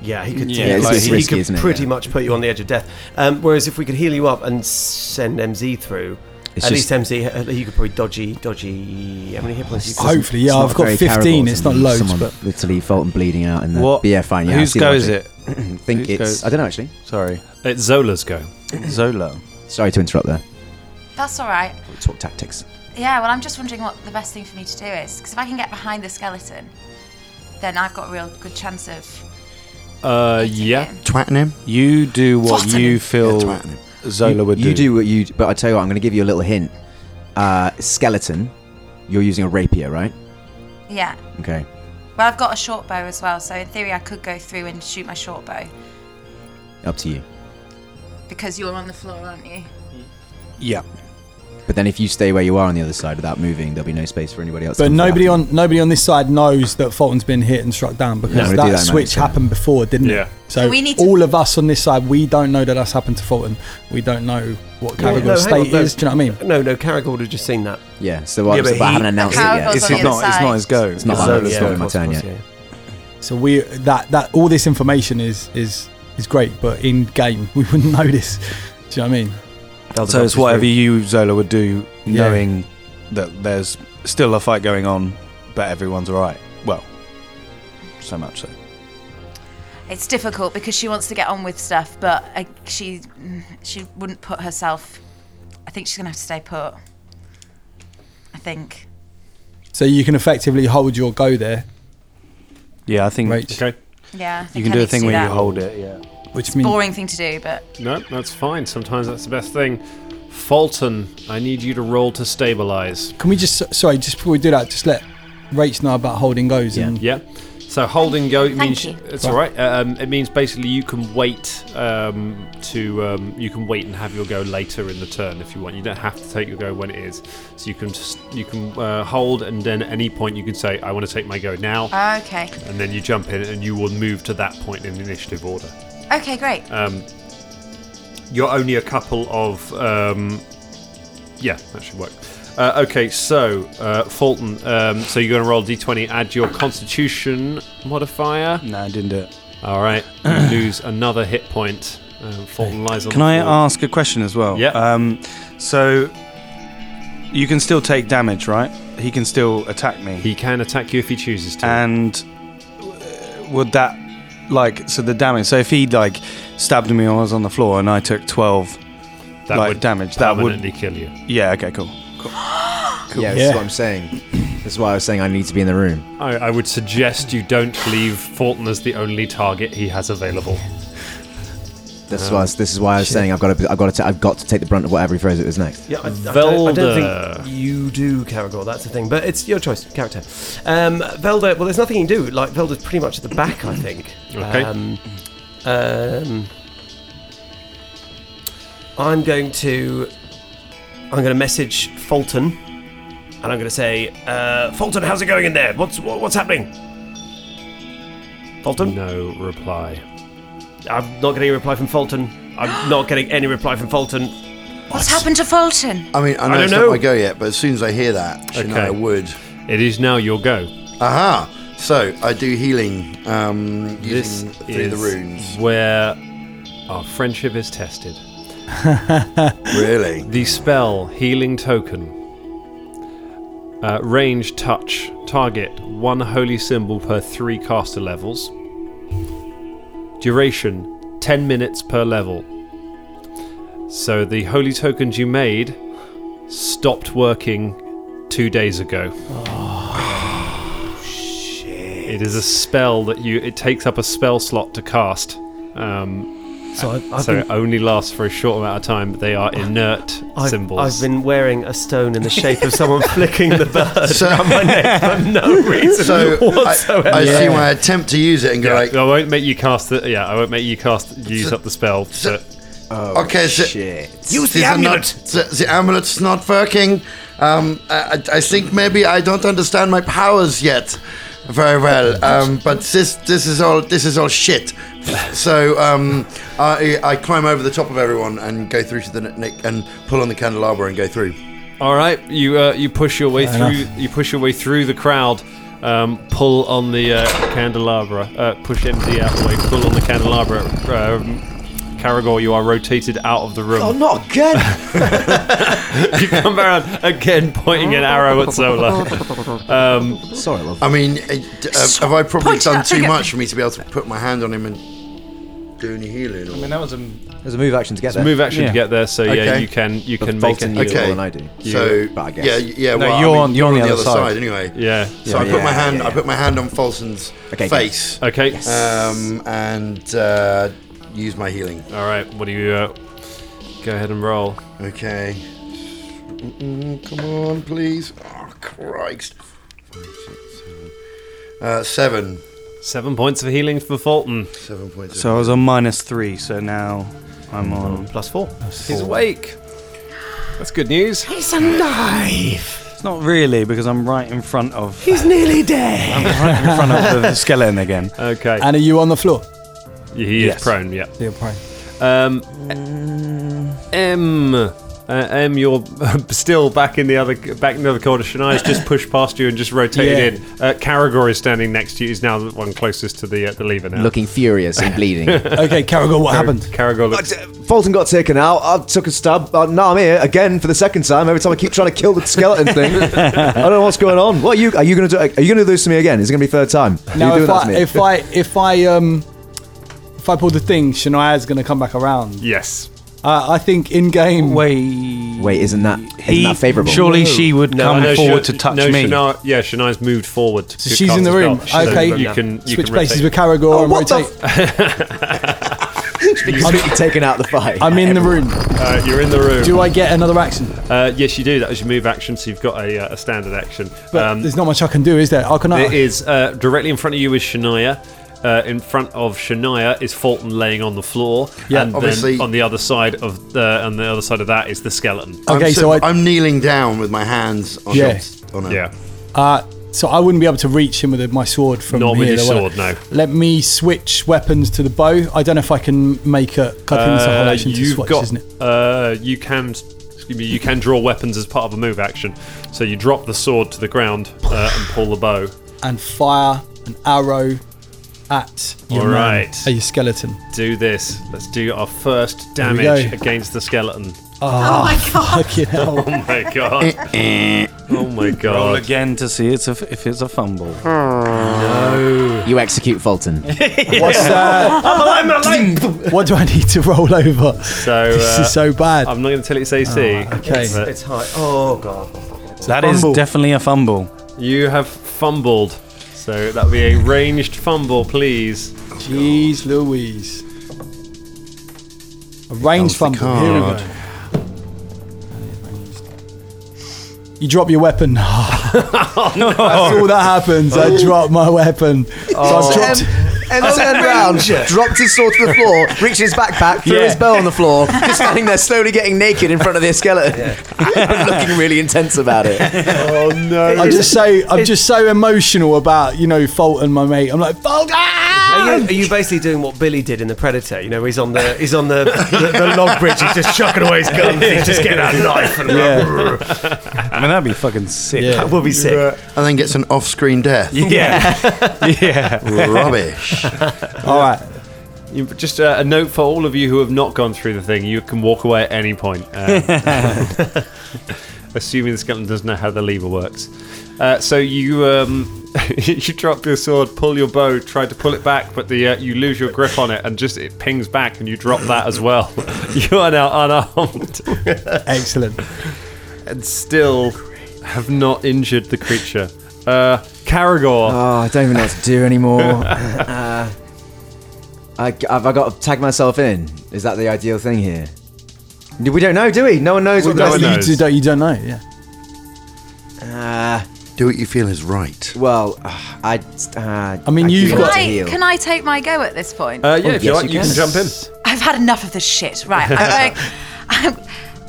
G: Yeah, he could.
K: Yeah,
G: he
K: it's-
G: could-
K: it's
G: he
K: risky,
G: could
K: isn't it?
G: pretty much put you on the edge of death. Um, whereas if we could heal you up and send MZ through.
K: It's
G: at
K: just-
G: least MZ, uh, you could probably dodgy, dodgy. How many hit points? you got?
C: Hopefully, yeah, I've got
K: very
C: 15,
K: terrible.
C: it's not loads,
K: Someone
C: but-
K: literally Fulton bleeding out in there.
H: What-
K: But yeah, fine. Yeah, I
H: whose
K: see the
H: go is
K: logic.
H: it?
K: think
H: Whose
K: it's.
H: go-
K: I don't know actually.
H: Sorry.
D: It's Zola's go.
H: Zola.
K: Sorry to interrupt there.
B: That's all right.
K: We talk tactics.
B: Yeah, well, I'm just wondering what the best thing for me to do is. Because if I can get behind the skeleton, then I've got a real good chance of.
D: Uh, yeah.
J: Twatting him.
H: You do what
B: Twatting
H: you
B: him.
H: feel
J: Yeah, twatting him.
H: Zola
K: you,
H: would
K: You
H: do.
K: do what you. But I tell you what, I'm going to give you a little hint. Uh, skeleton, you're using a rapier, right?
B: Yeah.
K: Okay.
B: Well, I've got a short bow as well, so in theory, I could go through and shoot my short bow
K: Up to you.
B: because you're on the floor, aren't you?
H: Yeah.
K: But then if you stay where you are on the other side without moving, there'll be no space for anybody else. to
C: But
K: come
C: nobody
K: after
C: on nobody on this side knows that Fulton's been hit and struck down
K: No, we
C: because
K: do
C: that,
K: that, mate,
C: switch
K: so-
C: happened before, didn't
K: Yeah.
C: it? So
B: We need to-
C: all of us on this side, we don't know that that's happened to Fulton. We don't know what
G: No,
C: Carragor's
G: no, hang
C: state
G: on, no.
C: is. Do you know what I mean?
G: No, no, Carrick would have just seen that.
K: Yeah, so what- Yeah, but so I he- haven't announced it yet. Carragor's
G: It's
K: on the
G: not,
K: other
G: it's not
K: side.
G: his go.
K: It's not
G: It's
K: mine,
G: Zola's
K: it's
G: go.
K: not my turn yet.
C: So we that that all this information is is is great, but in game we wouldn't know this. Do you know what I mean?
H: So it's whatever you Zola would do,
C: Yeah.
H: knowing that there's still a fight going on, but everyone's all right. Well, so much so.
B: It's difficult because she wants to get on with stuff, but I, she mm, she wouldn't put herself. I think she's gonna have to stay put. I think.
C: So you can effectively hold your go there,
H: Yeah, I think.
D: Okay.
B: Yeah. I
H: You
B: think
H: can
B: I
H: do a
B: need to
H: thing where
B: that.
H: you hold it. Yeah.
C: which
B: It's a
C: means
B: boring thing to do, but
D: No, that's fine. Sometimes that's the best thing. Fulton, I need you to roll to stabilize.
C: can we just sorry just before we do that, just let Rach know about holding goes and
D: Yeah. So hold and go it
C: Thank
D: means
C: you.
D: it's all right. Um, it means basically you can wait um, to um, you can wait and have your go later in the turn if you want. You don't have to take your go when it is. So you can just, you can uh, hold and then at any point you can say I want to take my go now.
C: Ah.
B: okay,
D: And then you jump in and you will move to that point in the initiative order.
B: okay, great.
D: Um, you're only a couple of. Um, yeah, that should work. Uh, okay, so uh, Fulton, um, so you're going to roll d20, add your Constitution modifier.
H: No, I didn't do it.
D: All right, you lose another hit point. Um, Fulton lies on.
H: Can
D: the
H: I
D: floor.
H: ask a question as well?
D: Yeah.
H: Um, so you can still take damage, right? He can still attack me. He
D: can attack you if he chooses to.
H: And uh, would that like so the damage? So if he like stabbed me and I was on the floor and I took twelve
D: That
H: like
D: would
H: damage, that would
D: permanently kill you.
H: Yeah. Okay. Cool.
K: you. Yeah, this is
H: Yeah.
K: what I'm saying. this is why I was saying I need to be in the room.
D: I, I would suggest you don't leave Fulton as the only target he has available.
K: This was this is why I was saying I've got to I've got to i I've got to take the brunt of whatever he throws at us next.
G: Yeah, I, I don't, I don't think you do Caragor. That's the thing, but it's your choice, character. Um, Velda. Well, there's nothing you can do. Like Velda's pretty much at the back, I think.
D: Okay.
G: Um, um, I'm going to. I'm going to message Fulton, and I'm going to say, uh, Fulton, how's it going in there? What's what, what's happening? Fulton.
D: No reply.
G: I'm not getting a reply from Fulton. I'm not getting any reply from Fulton.
B: What's happened to Fulton?
J: I mean, I know
G: I don't
J: it's
G: know.
J: not my go yet, but as soon as I hear that, okay.
D: Okay.
J: I would.
D: It is now your go.
J: Aha! So I do healing um,
D: This
J: using through the
D: is
J: runes.
D: where our friendship is tested.
J: Really?
D: The spell Healing Token. Uh, range touch. Target one holy symbol per three caster levels. Duration 10 minutes per level. So the holy tokens you made stopped working two days ago.
J: Oh,
D: shit! It is a spell that you. It takes up a spell slot to cast. Um,
G: So I've- I've
D: so
G: been-
D: it only lasts for a short amount of time. But they are inert
G: I've,
D: symbols.
G: I've been wearing a stone in the shape of someone flicking the bird around my neck for no reason
J: So
G: whatsoever.
J: I, I see my attempt to use it and go
D: Yeah,
J: like,
D: I won't make you cast the. Yeah, I won't make you cast use up the spell. but-
J: okay, so
D: Use the
J: these are
D: amulet.
J: Not, the, the amulet's not working. Um, I, I- I think maybe I don't understand my powers yet very well. Um, but this this is all this is all shit. So um, I, I climb over the top of everyone and go through to the neck and pull on the candelabra and go through.
D: All right, you uh, you push your way
J: Fair
D: through. You push your way through the crowd. Um, pull on the uh, candelabra. Uh, push MD out the way. Pull on the candelabra. Um, Caragor, you are rotated out of the room.
L: Oh, not again!
D: you come around again, pointing an arrow at Zola. Um,
K: Sorry, love.
J: I mean, uh, d- uh, have I probably
D: Point it
J: done
D: out,
J: too
D: take it.
J: much for me to be able to put my hand on him and do any healing? I mean,
H: that was a
K: There's a move action to get
D: It's
K: there.
D: a move action to get there, so yeah, you can you can make it.
J: okay.
K: than I do.
J: So
K: but I guess.
J: yeah, y- yeah.
K: No,
J: well,
K: you're
J: I mean,
K: on- you're on the other side.
J: anyway.
K: Yeah.
J: So I
K: Yeah,
J: put
K: yeah,
J: my hand.
K: yeah,
J: I put my hand on Folson's
D: Okay, good.
J: face.
D: Okay.
J: Um, and uh, use my healing.
D: All right. What do you? Uh, go ahead and roll.
J: Okay. Mm, come on, please. Oh Christ. Uh, seven.
D: Seven points of healing for Fulton.
J: Seven points.
H: So I was on minus three, so now I'm on
G: plus four.
D: Mm, He's awake. That's good news.
L: He's alive!
H: It's not really because I'm right in front of
L: He's nearly dead!
H: I'm right in front of the skeleton again.
D: Okay.
C: And are you on the floor?
D: He
C: Yes.
D: is prone. Yeah.
C: You're prone.
D: Um, M, uh, M, you're still back in the other back in the other corner. Shania's just pushed past you and just rotated in. Uh, Caragor is standing next to you. He's now the one closest to the uh, the lever now.
K: Looking furious and bleeding.
D: Car- Caragor looks.
K: Fulton got taken out. I took a stab. Uh, now I'm here again for the second time. Every time I keep trying to kill the skeleton thing. I don't know what's going on. What are you? Are you going to do? Are you going to do this to me again? Is it going to be third time? Are
C: Now,
K: you doing
C: if
K: that to
C: I,
K: me?
C: if I if I um if I pull the thing, Shania's gonna come back around.
D: Yes.
C: Uh, I think in game.
H: Wait.
K: Wait, isn't that
C: He-
K: not that favourable?
C: surely she would
D: No,
C: come
D: no,
C: forward
D: Shan-
C: to touch
D: no,
C: me.
D: Shania, yeah, Shania's moved forward.
C: So she's in the room. okay,
D: you can you
C: switch
D: can
C: places
D: rotate. Oh,
C: with Caragor and rotate.
K: completely taken out of the fight.
C: I'm in the room.
D: Uh, you're in the room.
C: Do I get another action?
D: Uh, yes, you do. That was your move action, so you've got a, uh, a standard action.
C: But there's not much I can do, is there? I can.
D: Um, There is uh, directly in front of you is Shania. Uh, in front of Shania is Fulton laying on the floor,
C: Yeah,
D: and
J: obviously-
D: then on the other side of the on the other side of that is the skeleton.
J: I'm, I... am kneeling down with my hands on.
C: Yeah.
J: On a,
D: yeah.
C: Uh, so I wouldn't be able to reach him with a- my sword from
D: Not with
C: here.
D: your
C: though, would
D: sword,
C: I?
D: no.
C: Let me switch weapons to the bow. I don't know if I can make a. I think it's a whole
D: Uh,
C: action to
D: you've
C: switch,
D: got.
C: isn't it?
D: Uh, you can. Excuse me. You can draw weapons as part of a move action. So you drop the sword to the ground uh, and pull the bow.
C: And fire an arrow at your
D: All
C: man,
D: right.
C: at your skeleton.
D: Do this. Let's do our first
C: Here we
D: damage
C: go.
D: against the skeleton.
C: Oh,
L: my god.
C: Fucking hell.
D: Oh my god. oh my god.
H: Eh, Roll again to see it's a, if it's a fumble.
D: No.
K: You execute Fulton.
C: What's
D: Oh,
C: that?
L: I'm alive, I'm alive!
C: what do I need to roll over?
D: So
C: this
D: uh,
C: is so bad. Ah,
D: I'm not going to tell you it's AC.
C: okay.
D: but
G: It's high. Oh god.
H: That is
D: Fumble.
H: definitely a fumble.
D: You have fumbled. So that would be a ranged fumble, please.
C: Jeez Louise. A range
D: That was the
C: fumble. Here we go.
D: card.
C: You drop your weapon.
D: no.
C: That's all that happens.
D: Oh.
C: I drop my weapon. So I've dropped.
E: Um,
K: And turned round, dropped his sword to the floor, reached his backpack, threw
C: Yeah.
K: his bow on the floor, just standing there slowly getting naked in front of the skeleton, and looking really intense about it.
D: Oh no!
C: I'm just so I'm just so emotional about you know Fulton, my mate. I'm like Fulton.
G: Are you, are you basically doing what Billy did in the Predator? You know, he's on the he's on the, the, the log bridge. He's just chucking away his guns. He's just getting out a knife and
H: Yeah. I mean, that'd be fucking sick.
G: That would be sick.
J: And then gets an off-screen death.
H: Yeah. yeah.
J: Rubbish.
C: All right.
D: You, just uh, a note for all of you who have not gone through the thing: you can walk away at any point, um, assuming the skeleton doesn't know how the lever works. Uh, so you um, you drop your sword, pull your bow, try to pull it back, but the uh, you lose your grip on it, and just it pings back, and you drop that as well. you are now unarmed.
C: Excellent.
D: and still have not injured the creature. Uh, Caragor.
K: Oh, I don't even know what to do anymore. uh, I, have I got to tag myself in? Is that the ideal thing here? We don't know, do we? No one knows
C: Well,
K: what
C: that's-
K: goes
C: you, do- don't, you don't know, yeah.
K: Uh,
J: do what you feel is right.
K: Well, uh, I. Uh,
C: I mean,
K: you
C: you've
K: got
C: got-
K: to
B: I,
K: heal.
B: can I take my go at this point?
D: Uh, yeah, if you like, you can jump in.
B: I've had enough of this shit. Right, I'm going. I'm,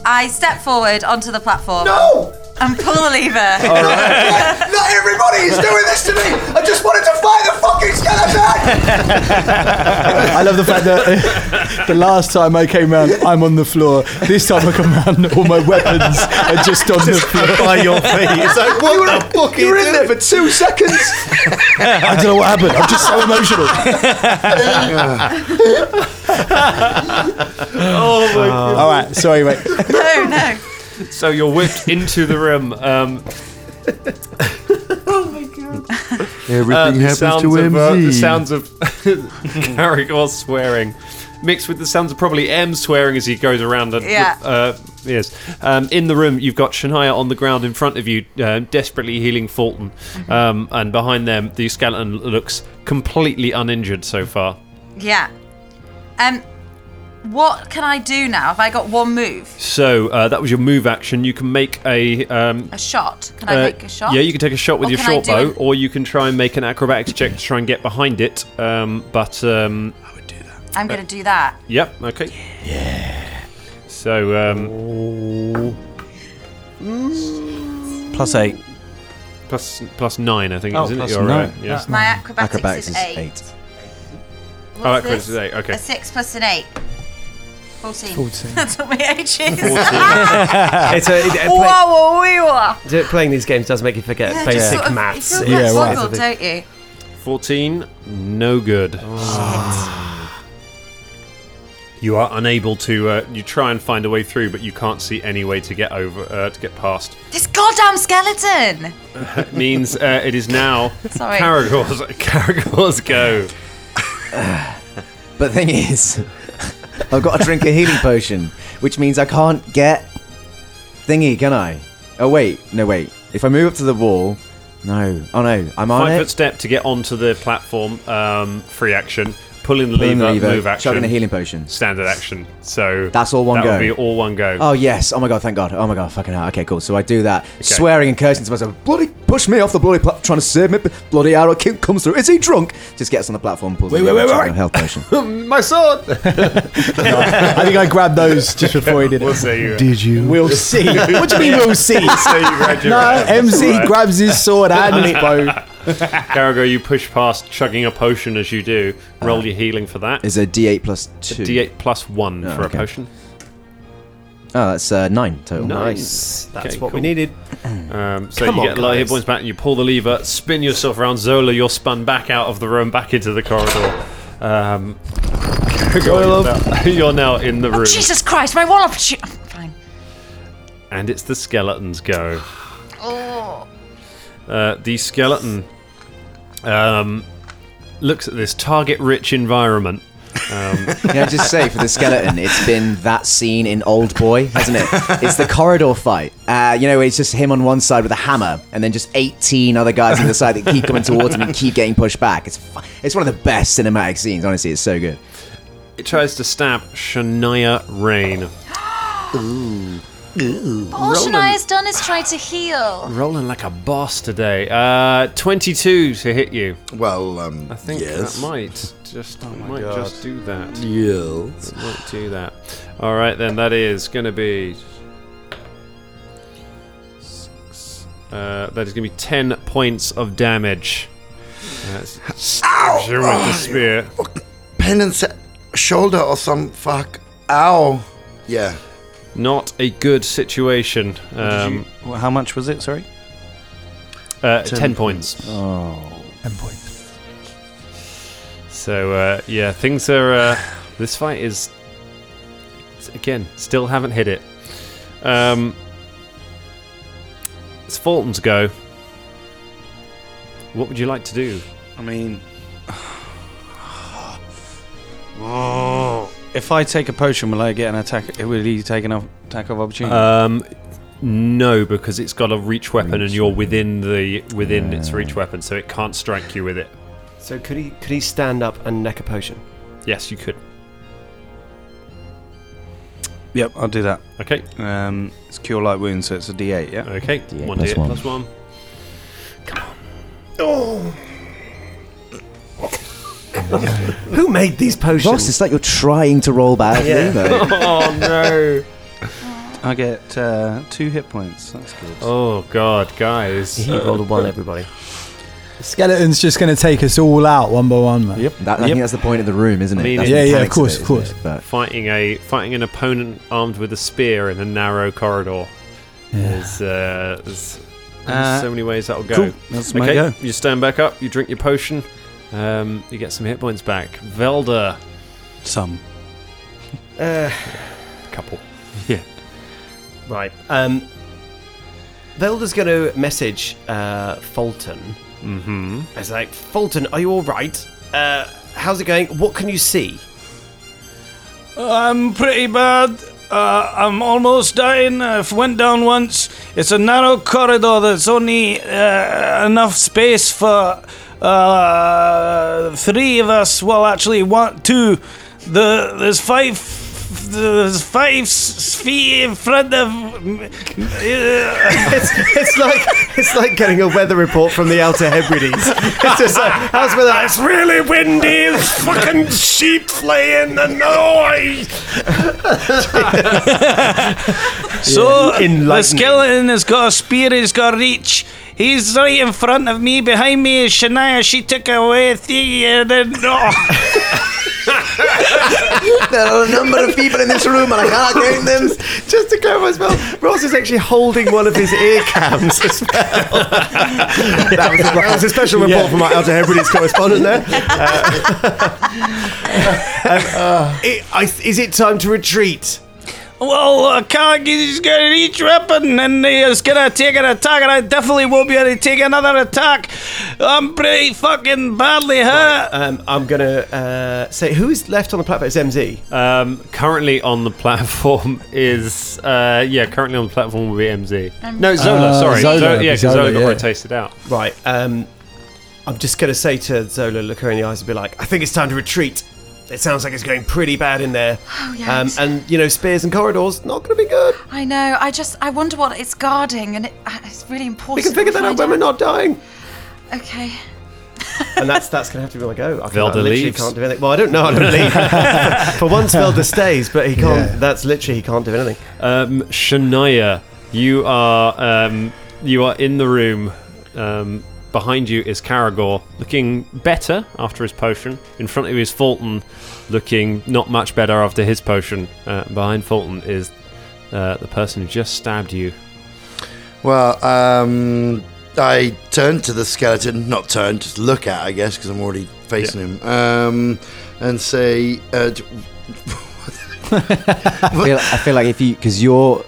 B: I step forward onto the platform. No! And pull the lever.
L: All right.
I: Not everybody
L: is doing
I: this to me!
L: I just wanted to fight the fucking skeleton!
C: I love the fact that uh, the last time I came round, I'm on the floor. This time I come round, all my weapons are just on the floor.
L: by your feet. It's like, what You the fuck are you
K: were in there for two seconds.
C: I don't know what happened. I'm just so emotional.
D: oh my god.
C: Uh, All right, sorry, mate.
B: no, no.
D: So you're whipped into the room. Um,
B: Oh
J: Everything
D: Uh, the
J: happens
D: sounds
J: to
D: of,
J: MZ.
D: uh, the sounds of Caragor swearing, mixed with the sounds of probably M swearing as he goes around. And,
B: Yeah.
D: Uh, yes. Um, in the room, you've got Shania on the ground in front of you, uh, desperately healing Fulton,
B: Mm-hmm.
D: um, and behind them, the skeleton looks completely uninjured so far.
B: Yeah. Um, what can I do now? Have I got one move?
D: So uh, that was your move action. You can make a. Um,
B: A shot? Can I
D: uh,
B: make a shot?
D: Yeah, you can take a shot with
B: Or
D: your
B: can I
D: short
B: do
D: bow,
B: an-
D: or you can try and make an acrobatics check to try and get behind it. Um, but um, Uh,
B: I'm going to do that.
D: Yep. Okay. Yeah. So um,
H: Plus eight.
D: plus plus nine, I think,
H: Oh,
D: isn't
H: plus
D: it? You're
H: nine.
D: right. Yes.
B: My acrobatics,
D: Acrobatics
B: is
D: is
B: eight.
D: eight.
B: What's
D: Oh, acrobatics
B: this?
D: is eight, okay.
B: A six plus an eight. 14.
G: 14.
B: That took me ages.
G: It's a- it- it-
B: Whoa, whoa, wee, whoa.
G: Do- Playing these games does make you forget
B: Yeah, just
G: basic
B: sort of-
G: maths.
B: You feel
G: It's-
B: quite
G: it's
B: boggled,
G: a big-
B: don't you?
D: Fourteen. No good. You are unable to. Uh, you try and find a way through, but you can't see any way to get over uh, to get past.
B: This goddamn skeleton!
D: That means uh, it is now
B: Sorry.
D: Caragor's Caragor's go.
K: But thing is, I've got to drink a healing potion, which means I can't get thingy, can I? Oh wait, no wait. If I move up to the wall, no. Oh no, I'm on
D: Five
K: it.
D: foot step to get onto the platform. Um, free action. Pulling the
K: Pulling the
D: lever,
K: lever,
D: move action.
K: chugging a healing potion.
D: Standard action. So
K: That's all one
D: that
K: go.
D: would be all one go.
K: Oh yes! Oh my god! Thank God! Oh my god! Fucking hell! Okay, cool. So I do that,
D: Okay.
K: swearing and cursing to myself. Bloody push me off the bloody platform, trying to save me. Bloody arrow kick comes through. Is he drunk? Just gets on the platform, pulls
C: Wait,
K: the
C: wait, wait,
K: chugging
C: wait.
K: a health potion.
D: My sword!
C: I think I grabbed those just before he did it.
K: Did you?
C: We'll see. What do you mean we'll see?
D: We'll see, you grabbed your
C: no,
D: ass.
C: MC
D: Right.
C: grabs his sword and his bow.
D: Garago, you push past, chugging a potion as you do. Roll your healing for that.
K: Is a D8 plus
D: A
K: two.
D: D8 plus one
K: Oh,
D: for
K: okay.
D: a potion.
K: Oh, that's uh, nine total.
D: Nice.
G: That's what we needed.
D: Um, so
G: Come
D: you
G: on,
D: get a lot of hit
G: guys.
D: points back, and you pull the lever, spin yourself around. Zola, you're spun back out of the room, back into the corridor. Um, Garago, you're now- you're now in the room,
B: Jesus Christ, my one opportunity. Fine.
D: and it's the skeleton's go.
B: Oh.
D: Uh, the skeleton um, looks at this target-rich environment. Um,
K: Can I just say for the skeleton, it's been that scene in Old Boy, hasn't it? It's the corridor fight. Uh, you know, it's just him on one side with a hammer, and then just 18 other guys on the side that keep coming towards him and keep getting pushed back. It's fu- it's one of the best cinematic scenes. Honestly, it's so good.
D: It tries to stab Shania Rain. Ooh.
B: All Shania's done is try to heal.
D: rolling like a boss today. Uh, 22 to hit you.
J: Well, um,
D: I think
J: yes.
D: that might just might
J: God.
D: just do that.
J: Yes.
D: It might do that. All right, then that is going to be six. Uh, that is going to be 10 points of damage. That's stabs you with the spear.
J: Pen and se- shoulder or some fuck. Ow. Yeah.
D: Not a good situation. Um,
H: How much was it? Sorry.
D: uh,
H: Ten
D: 10 points.
H: Oh.
C: Ten points.
D: So uh, yeah, things are. Uh, this fight is again still haven't hit it. Um, it's Fulton's go. What would you like to do?
H: I mean,
D: Oh.
H: if I take a potion, will I get an attack? Will he take an o- attack of opportunity?
D: Um, No, because it's got a reach weapon, and you're within the within its reach weapon, so it can't strike you with it.
G: So could he could he stand up and neck a potion?
D: Yes, you could.
H: Yep, I'll do that.
D: Okay.
H: Um, it's cure light wounds, so it's a D8. Yeah.
D: Okay. one D8 plus one.
G: Oh. Who made these potions?
K: Ross, it's like you're trying to roll badly. though.
G: oh no.
H: I get uh, two hit points. That's good.
D: Oh God, guys!
G: He rolled a one, everybody.
C: Skeleton's just going to take us all out one by one, man. Yep.
K: That, I think that's the point of the room, isn't it?
D: I mean,
K: That's
D: it-
K: the
C: Yeah, yeah, of
K: mechanics
C: course,
K: it,
C: of
K: isn't
C: course.
K: it? But
D: Fighting a fighting an opponent armed with a spear in a narrow corridor. There's, uh, there's
H: Uh,
D: so many ways that'll go.
H: cool. That's my
D: okay,
H: go.
D: you stand back up, you drink your potion, um, you get some hit points back. Velda,
H: some,
G: Uh,
D: couple, yeah.
G: Right. Um, Velda's going to message uh, Fulton. Mm-hmm. It's like, Fulton, are you all right? Uh, how's it going? What can you see?
M: I'm pretty bad. Uh, I'm almost dying. I've went down once. It's a narrow corridor that's only uh, enough space for uh, three of us. Well, actually, one, two. The there's five. There's five s- feet in front of.
G: it's, it's like it's like getting a weather report from the Outer Hebrides. It's just like, how's weather? It's really windy. It's fucking sheep flaying the noise.
M: So the skeleton has got a spear, he's got reach. He's right in front of me. Behind me is Shania. She took away the. Uh, the oh.
K: there are a number of people in this room, and I can't count them.
G: Just, just to clarify as well, Ross is actually holding one of his ear cams as well. that, was a, that was a special report from our Outer Hebrides correspondent there. Uh, um, it- I- is it time to retreat?
M: Well, I can't. get- He's got a reach weapon, and he's gonna take an attack, and I definitely won't be able to take another attack. I'm pretty fucking badly hurt.
G: Um, I'm gonna uh, say who is left on the platform? It's MZ.
D: Um, currently on the platform is uh, yeah, currently on the platform will be MZ. no, Zola.
G: Uh,
D: sorry,
G: Zola,
D: Zola, yeah, 'cause
G: Zola,
D: Zola got
G: yeah.
D: rotated out.
G: Right. Um, I'm just gonna say to Zola, look her in the eyes and be like, I think it's time to retreat. It sounds like it's going pretty bad in there.
B: Oh, yes.
G: Um, and you know, spears and corridors, not gonna be good.
B: I know. I just I wonder what it's guarding, and it, uh, it's really important.
G: We can figure that out when we're not dying.
B: Okay.
G: And that's that's gonna have to be my go. I, can, I
D: Velda
G: literally
D: leaves.
G: can't do anything. Well, I don't know. I don't leave. For once, Velda stays, but he can't. That's literally he can't do anything.
D: Um, Shania, you are um, you are in the room. Um, behind you is Caragor, looking better after his potion. In front of you is Fulton, looking not much better after his potion. Uh, behind Fulton is uh, the person who just stabbed you.
J: Well, um, I turned to the skeleton, not turned, just look at, I guess, because I'm already facing him, um, and say, uh, d-
K: I feel, I feel like if you, because you're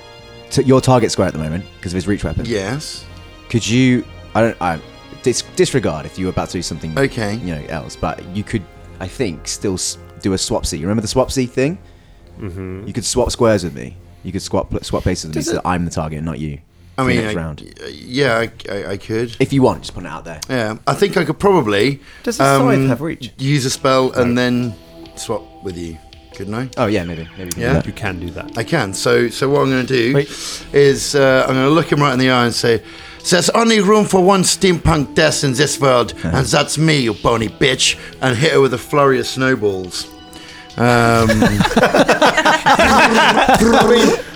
K: t- your target square at the moment because of his reach weapon.
J: Yes.
K: Could you? I don't. I dis- disregard if you were about to do something.
J: Okay.
K: You know else, but you could. I think still s- do a swapsy. You remember the swapsy thing? Mm-hmm. You could swap squares with me. You could swap pl- swap places with me
J: Does
K: so
J: it-
K: that I'm the target, and not you.
J: I
K: for the
J: mean,
K: next
J: I-
K: round.
J: yeah, I, I, I could.
K: If you want, just put it out there.
J: Yeah, I think I could probably. um,
K: Does the scythe have reach?
J: Use a spell and then swap with you, couldn't I?
K: Oh yeah, maybe. Maybe.
J: Yeah,
D: you can do that.
J: I can. So, so what I'm going to do is uh, I'm going to look him right in the eye and say, "There's only room for one steampunk death in this world, and that's me, you bony bitch!" And hit her with a flurry of snowballs. Um, like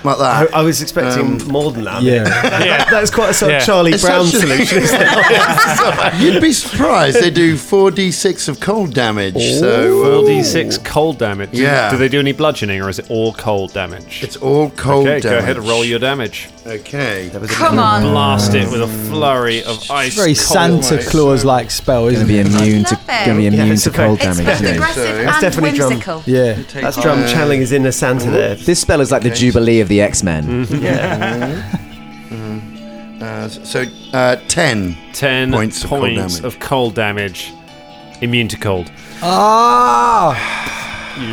J: that. Um,
G: I, I was expecting more than that.
J: yeah.
G: that's quite a sort of
J: Yeah.
G: Charlie
J: It's
G: Brown
J: such a-
G: solution. Isn't it?
J: You'd be surprised. They do 4d6 of cold damage. so uh,
D: 4d6 cold damage.
J: Yeah.
D: Do they do any bludgeoning or is it all cold damage? It's
J: all cold
D: okay, go ahead
J: damage.
D: and roll your damage.
J: Okay.
B: Come on.
D: Blast it with a flurry of ice.
C: Very
D: cold.
C: Santa Claus like spell,
K: it?
C: isn't
K: Be immune
B: to- Love it. gonna be
K: immune
G: to cold
B: damage, both yeah. aggressive and whimsical.
C: Yeah.
G: That's drum channeling his inner Santa there.
K: This spell is like the Mm-hmm. Jubilee of the X Men.
G: Yeah.
J: Uh, so uh, 10.
D: 10
J: points
D: points,
J: of cold damage.
D: of cold damage. Immune to cold.
C: Ah!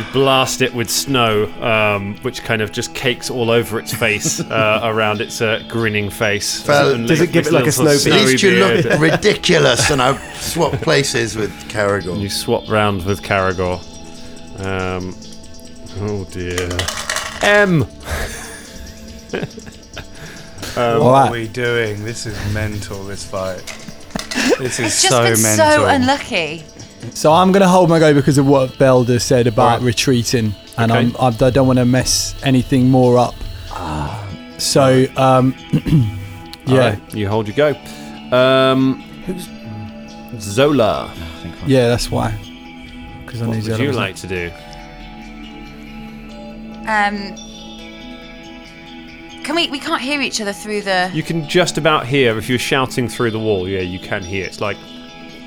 D: You blast it with snow, um, which kind of just cakes all over its face, uh, around its uh, grinning face. And leaves this little sort of
J: At least you look
D: snowy beard.
J: ridiculous, and I swap places with Caragor.
D: You swap round with Caragor. Um, oh dear. M.
H: Um,
D: What?
H: what are we doing? This is mental. This fight. This is
B: It's just
H: so
B: been
H: mental.
B: so unlucky.
C: So I'm going to hold my go because of what Bell just said about retreating, and
D: Okay.
C: I'm, I i do not want to mess anything more up.
K: Ah.
C: So, um,
D: All
C: yeah,
D: right, you hold your go. Um, Who's Zola?
C: yeah, that's why. Because I
D: What
C: knew
D: would
C: Zola
D: you
C: was-
D: like to do?
B: Um, can we? We can't hear each other through the.
D: You can just about hear if you're shouting through the wall. Yeah, you can hear. It's like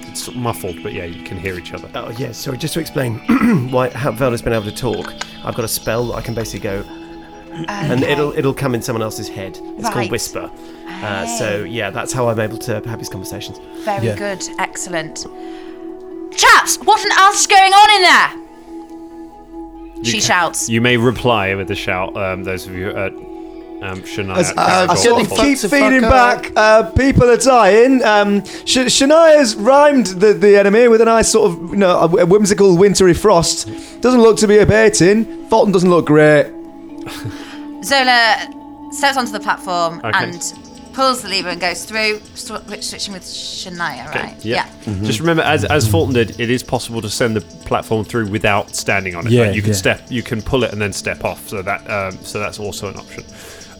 D: it's muffled, but yeah, you can hear each other.
G: Oh yeah, sorry. Just to explain why how Velda's been able to talk, I've got a spell that I can basically go, and
B: Okay.
G: it'll it'll come in someone else's head. It's
B: Right.
G: called whisper. Uh, so yeah, that's how I'm able to have these conversations.
B: Very good. Excellent. Chaps, what on earth is going on in there?
D: You
B: she
D: can-
B: shouts.
D: You may reply with a shout. Um, those of you at um, Shania.
E: As-
D: Caragor,
E: uh,
D: Fawlty.
E: keep feeding back. Uh, people are dying. Um, Sh- Shania's rhymed the, the enemy with a nice sort of you know a wh- a whimsical wintry frost. Doesn't look to be abating. Fulton doesn't look great.
B: Zola steps onto the platform
E: Okay.
B: and pulls the lever and goes through, sw- switching with Shania, right?
D: Yeah. Just remember, as, as Fulton did, it is possible to send the platform through without standing on it.
C: Yeah,
D: Like, you can
C: yeah.
D: step, you can pull it and then step off. So that um, so that's also an option.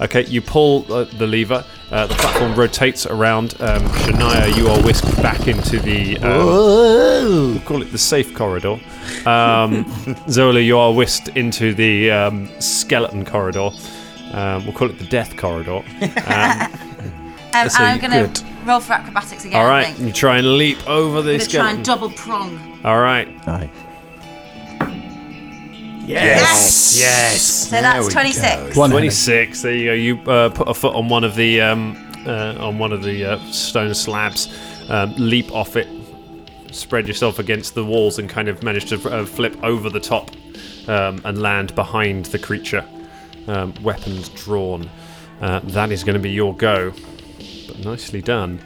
D: Okay, you pull uh, the lever. Uh, the platform rotates around. Um, Shania, you are whisked back into the. Um, we'll call it the safe corridor. Um, Zola, you are whisked into the um, skeleton corridor. Um, we'll call it the death corridor. Um,
B: Um,
D: so
B: I'm
D: you-
B: going to roll for acrobatics again.
D: all
B: I
D: right,
B: think.
D: you try and leap over
B: I'm going
D: this.
B: to try and double prong.
D: All right.
B: Yes.
D: Yes.
B: So that's 26.
D: One twenty-six. There you go. You uh, put a foot on one of the um, uh, on one of the uh, stone slabs, um, leap off it, spread yourself against the walls, and kind of manage to uh, flip over the top um, and land behind the creature. Um, weapons drawn. Uh, that is going to be your go. But nicely done.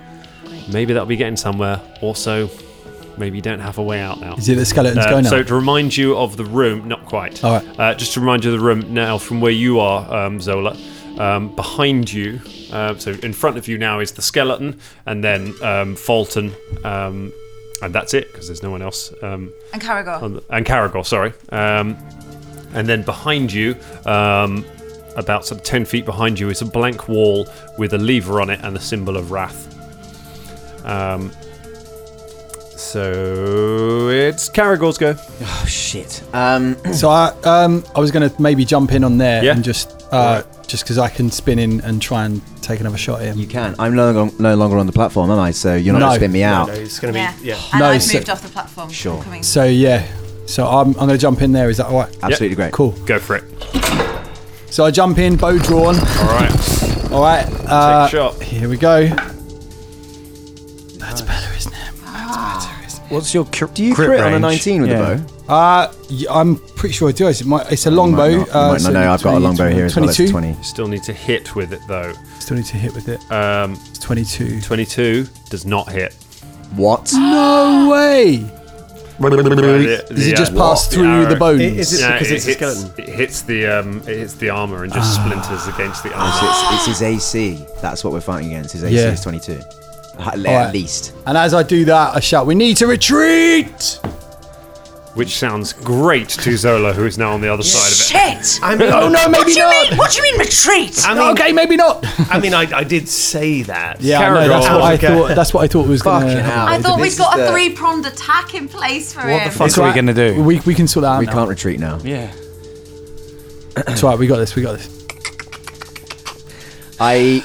D: Maybe that'll be getting somewhere. Also, maybe you don't have a way out now.
C: Is it the skeleton's
D: Uh,
C: go now?
D: So to remind you of the room, not quite.
C: All right.
D: Uh, just to remind you of the room now, from where you are, um, Zola, um, behind you, uh, so in front of you now is the skeleton, and then um, Fulton, um, and that's it because there's no one else. Um,
B: And Caragor.
D: on the- and Caragor, sorry. Um, and then behind you, um, about sort of ten feet behind you, is a blank wall with a lever on it and the symbol of wrath. Um, so it's Caragor's go.
C: Oh shit. Um. So I um I was gonna maybe jump in on there
D: Yeah.
C: and just uh just because I can spin in and try and take another shot at him. You
K: can. I'm no longer, no longer on the platform, am I? So you're not
C: No.
K: going to spit me
C: No,
K: out.
C: no,
G: it's going
B: Yeah. And
C: No,
B: I've
C: so-
B: moved off the platform.
K: Sure.
B: Coming.
C: So yeah. So I'm I'm gonna jump in there. Is that all right?
K: Absolutely great.
C: Cool.
D: Go for it.
C: So I jump in, bow drawn.
D: All right.
C: All right. Uh,
D: Take a shot.
C: Here we go.
D: That's
C: better, isn't
D: it?
K: Ah.
C: What's your cr-
K: do you crit crit on a range? 19 with the
C: bow? Uh, y- I'm pretty sure I do. It's, it might, it's a longbow.
K: not. You
C: uh,
K: might not know. I've got a longbow here as well. It's
C: 22.
K: 20.
D: Still need to hit with it though.
C: Still need to hit with it.
D: Um,
C: it's 22.
D: 22 does not hit.
K: What?
C: No way. Does it just
D: uh,
C: pass through the bones?
D: Yeah, hits, It hits the um, it hits the armor and
C: Ah.
D: just splinters against the armor.
K: It's, it's his AC. That's what we're fighting against. His AC
C: Yeah.
K: is 22. At, at
C: All right.
K: least.
C: And as I do that, I shout, "We need to retreat!"
D: Which sounds great to Zola, who is now on the other side of it.
B: Shit!
D: I mean- Oh, no,
B: what
D: maybe
B: do you
D: not.
B: Mean, what do you mean retreat?
G: I mean-
C: okay, maybe not.
G: I mean, I, I did say that.
C: Yeah, I know, that's what I thought. That's what I thought was going to happen.
B: I thought we'd Oh, got a three pronged attack in place for him.
C: It's all right.
E: gonna do?
C: We, we can sort that out.
K: We
C: now.
K: can't retreat now.
C: Yeah. It's all right. We got this. We got this.
K: I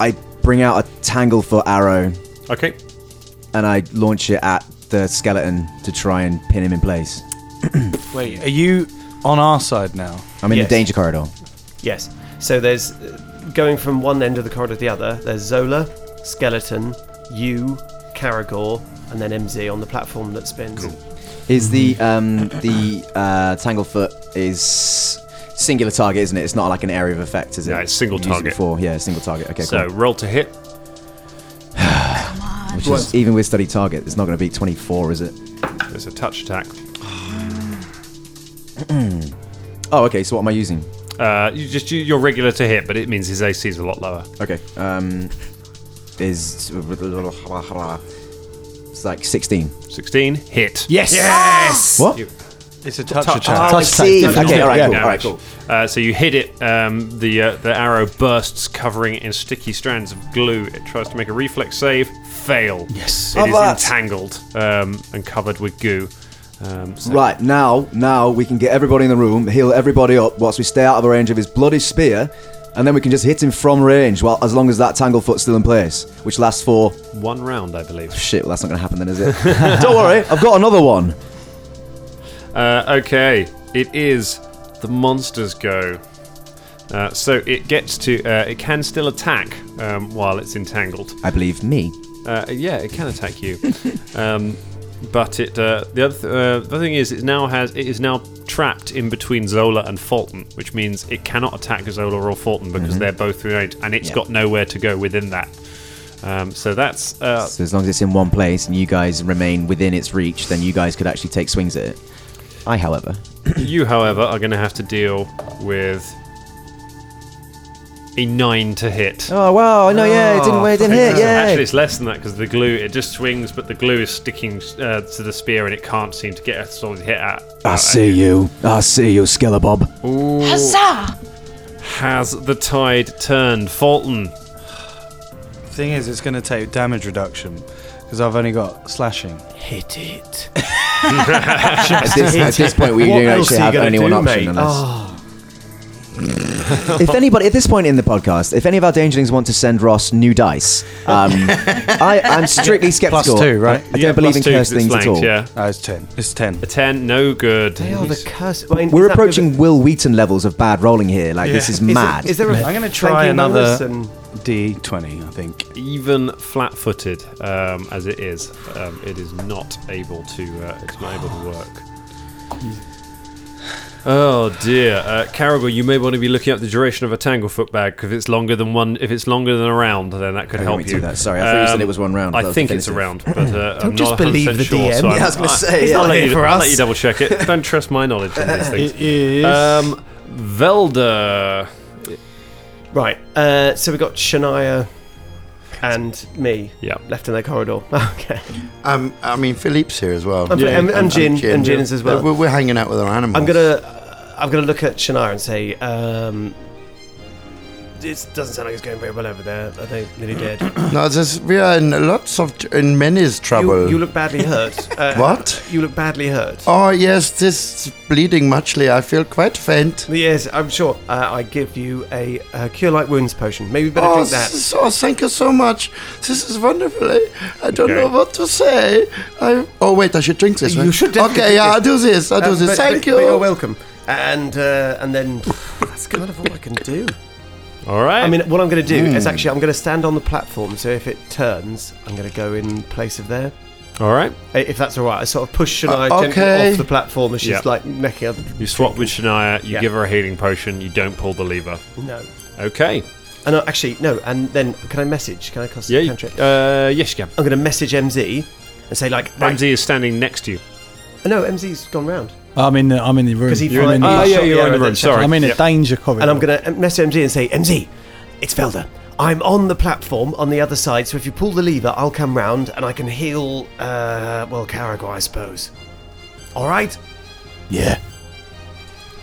K: I bring out a tanglefoot arrow.
D: Okay.
K: And I launch it at the skeleton to try and pin him in place.
H: Wait, are you on our side now?
K: I'm in
G: Yes.
K: the danger corridor.
G: Yes. So there's uh, going from one end of the corridor to the other. There's Zola, Skeleton, you, Caragor, and then MZ on the platform that spins.
K: Is the um, the uh, Tanglefoot is singular target, isn't it? It's not like an area of effect, is it?
D: No, it's single
K: You've used it
D: target.
K: Before. Yeah, single target. Okay,
D: so
K: cool.
D: roll to hit.
K: Which is, even with study target, it's not going to be 24, is it?
D: It's a touch attack.
K: oh, okay. So what am I using?
D: Uh, you just you, you're regular to hit, but it means his AC is a lot lower.
K: Okay. Um, is it's like 16.
D: 16 hit.
K: Yes. Yes! What?
D: You-
H: It's a
K: touch attack. Ah, I see. Okay, all right, cool, all right, cool.
D: Uh, so you hit it. Um, the uh, the arrow bursts, covering it in sticky strands of glue. It tries to make a reflex save, fail. Yes,
K: Oh,
D: it is
K: but-
D: entangled um, and covered with goo. Um, so
K: Right now, now we can get everybody in the room, heal everybody up, whilst we stay out of the range of his bloody spear, and then we can just hit him from range. Well, as long as that Tanglefoot's still in place, which lasts for
D: one round, I believe.
K: Shit, well, that's not going to happen then, is it? Don't worry, I've got another one.
D: Uh, okay, it is the monster's go. Uh, so it gets to. Uh, it can still attack um, while it's entangled.
K: I believe me.
D: Uh, yeah, it can attack you. um, but it uh, the other th- uh, the other thing is it now has it is now trapped in between Zola and Fulton, which means it cannot attack Zola or Fulton because
K: Mhm.
D: they're both in range, and it's
K: Yeah.
D: got nowhere to go within that. Um, so that's uh,
K: So as long as it's in one place and you guys remain within its reach, then you guys could actually take swings at it. I, however,
D: you. However, are going to have to deal with a nine to hit.
K: Oh wow! I know. Yeah, it didn't. It didn't hit.
D: Actually,
K: Yeah.
D: Actually, it's less than that because the glue it just swings, but the glue is sticking uh, to the spear and it can't seem to get a solid hit at.
F: I see you. I see you, Skellebob.
D: Ooh. Has the tide turned, Fulton?
H: Thing is, it's going to take damage reduction because I've only got slashing.
G: Hit it.
H: at,
K: this- at this point, we don't actually have only one option unless-
H: Oh,
K: if anybody at this point in the podcast, if any of our dangerlings want to send Ross new dice, um, I, I'm strictly skeptical.
H: Plus two, right?
K: I, I don't believe in cursed things at all.
D: Yeah,
H: No, it's ten. It's ten.
D: A ten, no good. They
G: are the curse.
K: We're approaching Will Wheaton levels of bad rolling here. Like this is mad.
H: I'm going to try another D20, I think.
D: Even flat-footed um, as it is, um, it is not able to. Uh, it's not able to work. Oh dear, uh, Caribou, you may want to be looking up the duration of a tanglefoot bag 'cause if it's longer than one, if it's longer than a round, then that could
K: I didn't
D: help
K: mean to
D: you.
K: do that. Sorry, I thought you said
D: Um,
K: it was one round.
D: I
K: That was
D: think it's a round,
K: definitive.
D: but uh,
K: Don't
D: I'm
K: just
D: not
K: believe
D: 100%
K: the
D: sure,
K: DM.
D: so
K: Yeah, I was gonna say,
D: He's
K: yeah.
D: not letting
K: Here
D: you,
K: for
D: I'll
K: us.
D: let you double check it. Don't trust my knowledge on these things.
G: It is-
D: Um, Velda.
G: Right. Uh, so we got Shania and me.
D: Yeah.
G: Left in the corridor. Okay.
J: Um, I mean, Philippe's here as well.
G: And- and- and Jin- and Jin is as well.
J: We're, we're hanging out with our animals.
G: I'm gonna. uh, I'm gonna look at Shania and say. Um, it doesn't sound like it's going very well over there. Are they nearly dead?
J: No, there's, we are in lots of in many's trouble.
G: You, you look badly hurt. Uh,
J: What?
G: You look badly hurt.
J: Oh yes, this bleeding muchly. I feel quite faint.
G: Yes, I'm sure. Uh, I give you a, uh cure light wounds potion. Maybe you better
J: oh,
G: drink that.
J: this is- oh, thank you so much. This is wonderful. I, I don't
G: Okay.
J: know what to say. I, oh wait, I should drink this.
G: You
J: right?
G: should definitely
J: Okay, yeah, I'll do
G: this.
J: this. I'll do
G: Um,
J: this.
G: but-
J: thank
G: but-
J: you.
G: but you're welcome. And uh, and then that's kind of all I can do.
D: All right.
G: I mean, what I'm going to do is
D: Hmm.
G: actually I'm going to stand on the platform. So if it turns, I'm going to go in place of there.
D: All right.
G: If that's all right, I sort of push Shania
D: Uh,
G: gently
D: okay.
G: off the platform as she's
D: Yeah.
G: like necking up.
D: You swap with Shania, you
G: Yeah.
D: give her a healing potion, you don't pull the lever.
G: No.
D: Okay.
G: And uh, actually, no. And then can I message? Can I cast
D: Yeah, you-
G: cantrip?
D: Uh, yes, you can.
G: I'm going to message MZ and say like, right,
D: MZ is standing next to you.
G: no, MZ's gone round.
C: I'm in the I'm in the room.
G: 'Cause he
C: You're in
G: finally-
C: the-
G: Ah, yeah, you're in the room, sorry.
C: I'm in a
G: Yep.
C: danger corridor.
G: And I'm going to message MZ and say, MZ, it's Felder. I'm on the platform on the other side, so if you pull the lever, I'll come round and I can heal, uh, well, Caragor, I suppose. All right?
J: Yeah.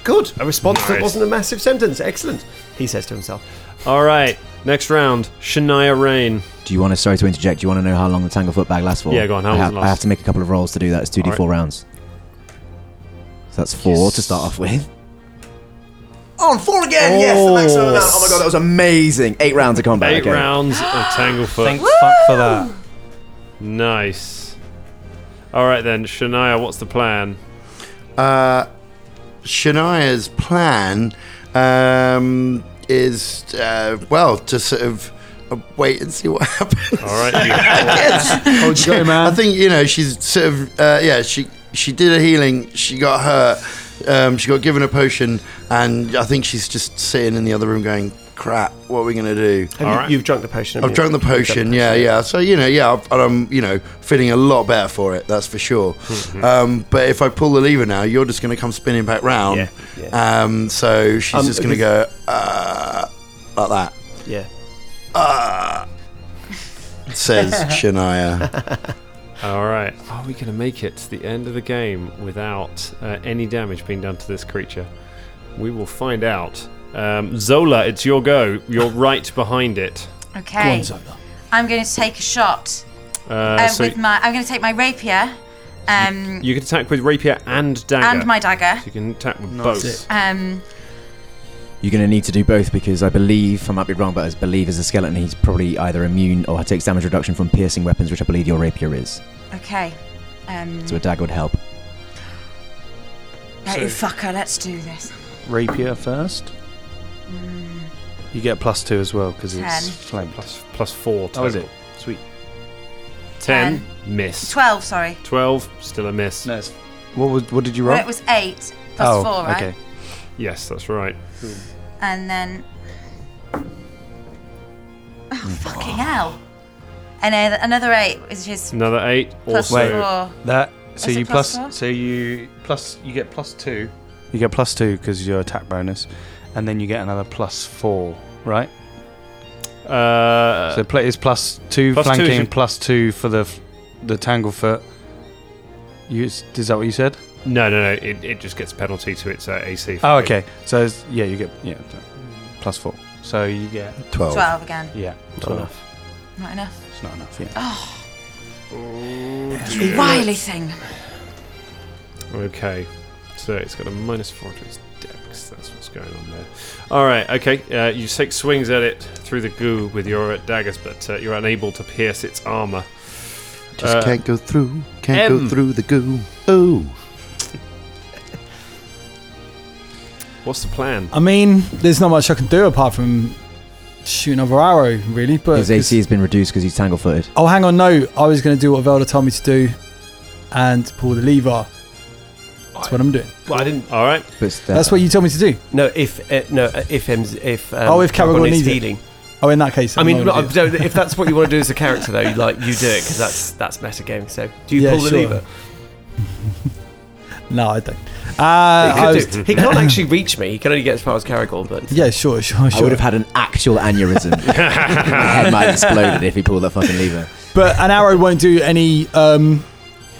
G: Good. A response that
D: Nice.
G: wasn't a massive sentence. Excellent, he says to himself.
D: All right. Next round, Shania Rain.
K: Do you want to? Sorry to interject. Do you want to know how long the Tanglefoot bag lasts for?
D: Yeah, go on, how
K: I
D: long
K: have,
D: does it last?
K: I have to make a couple of rolls to do that. It's two d four
D: All right.
K: rounds. So that's four to start off with.
L: On four again,
K: Oh. Oh my god, that was amazing! Eight rounds of combat.
D: Eight
K: okay.
D: rounds of Tanglefoot.
K: Thank
D: fuck for that. Nice. All right then, Shania, what's the plan?
J: Uh, Shania's plan um, is uh, well to sort of uh, wait and see what happens.
D: All right.
J: I think you know she's sort of uh, yeah she she did a healing. She got hurt. Um, she got given a potion, and I think she's just sitting in the other room going, "Crap, what are we gonna do?"
G: Have you, You've drunk the potion.
J: I've
G: haven't you?
J: drunk the
G: You've drunk
J: potion, yeah, yeah. So you know, yeah, I've- and I'm you know feeling a lot better for it. That's for sure.
G: Mhm.
J: Um, but if I pull the lever now, you're just going to come spinning back round.
G: Yeah,
J: Um, so she's
G: Um,
J: just going to go
G: because-
J: uh, like that.
G: Yeah.
J: Uh, says Shania.
D: All right. Are we going to make it to the end of the game without uh, any damage being done to this creature? We will find out. Um, Zola, it's your go. You're right behind it.
B: Okay. I'm going to take a shot
D: Uh,
B: uh,
D: so
B: with my. I'm going to take my rapier, um,
D: you can attack with rapier and dagger.
B: and my dagger.
D: So you can attack with both.
B: Um,
K: You're going to need to do both because I believe, I might be wrong, but I believe as a skeleton, he's probably either immune or takes damage reduction from piercing weapons, which I believe your rapier is.
B: okay. Um,
K: So a dagger would help.
B: hey,
H: So-
B: fucker, let's do this.
H: Rapier first.
B: Mm,
H: You get plus two as well because
B: Ten.
H: it's flanked.
D: Plus, plus four.
H: Oh, is it?
D: total. Sweet. Ten, miss.
B: Twelve, sorry.
D: Twelve, still a miss. No,
H: what, was, what did you Oh,
B: Well, it was eight plus four, right?
D: Yes, that's right.
B: And then.
H: Mm.
B: Oh, fucking hell. And then another eight, which is.
D: Another eight.
B: Plus
D: also,
B: four.
H: That
B: Is
H: so
B: it
H: you
B: plus
H: plus,
B: four?
H: so you plus you get plus two. You get plus two because your attack bonus, and then you get another plus four, right?
D: Uh,
H: so play is plus two
D: plus two is
H: flanking,
D: your-
H: plus two for the f- the tanglefoot. You is that what you said?
D: No, no, no. It, it just gets penalty to its uh, AC.
H: Oh, okay. So it's, yeah, you get yeah t- plus four. So you get
J: 12.
B: 12 again.
H: Yeah,
D: Not
H: twelve.
B: Not enough.
H: It's not enough. Yeah.
B: Oh.
D: dear.
B: Wily thing.
D: Okay. So it's got a minus four to its dex. That's what's going on there. All right. Okay. Uh, you take swings at it through the goo with your uh, daggers, but uh, you're unable to pierce its armor.
J: Just
D: Uh,
J: can't go through. Can't
D: M.
J: go through the goo. Ooh.
D: What's the plan?
C: I mean, there's not much I can do apart from shoot another arrow, really. But
K: His AC has been reduced because he's tangle footed.
C: oh, hang on, no, I was going to do what Velda told me to do, and pull the lever. That's what I'm doing.
G: Well, I didn't.
D: All right.
C: That's what you told me to do.
G: No, if uh, no, uh, if M's, if um,
C: oh, if Caragor
G: Caragor
C: needs
G: healing.
C: it. Oh, in that case,
G: I
C: I'm
G: mean,
C: not
G: no,
C: gonna do
G: I don't- if that's what you want to do as a character, though, you, like you do it because that's that's meta game. So, do you
C: Yeah,
G: pull the
C: sure.
G: lever?
C: it. no, I don't.
G: he,
C: Uh, I
G: could
C: was-
G: do. He can't actually reach me. He can only get as far as Caragor, but
C: Yeah, sure, Oh, sure, sure.
K: I would have had an actual aneurysm. My head might have exploded if he pulled that fucking lever.
C: But an arrow won't do any um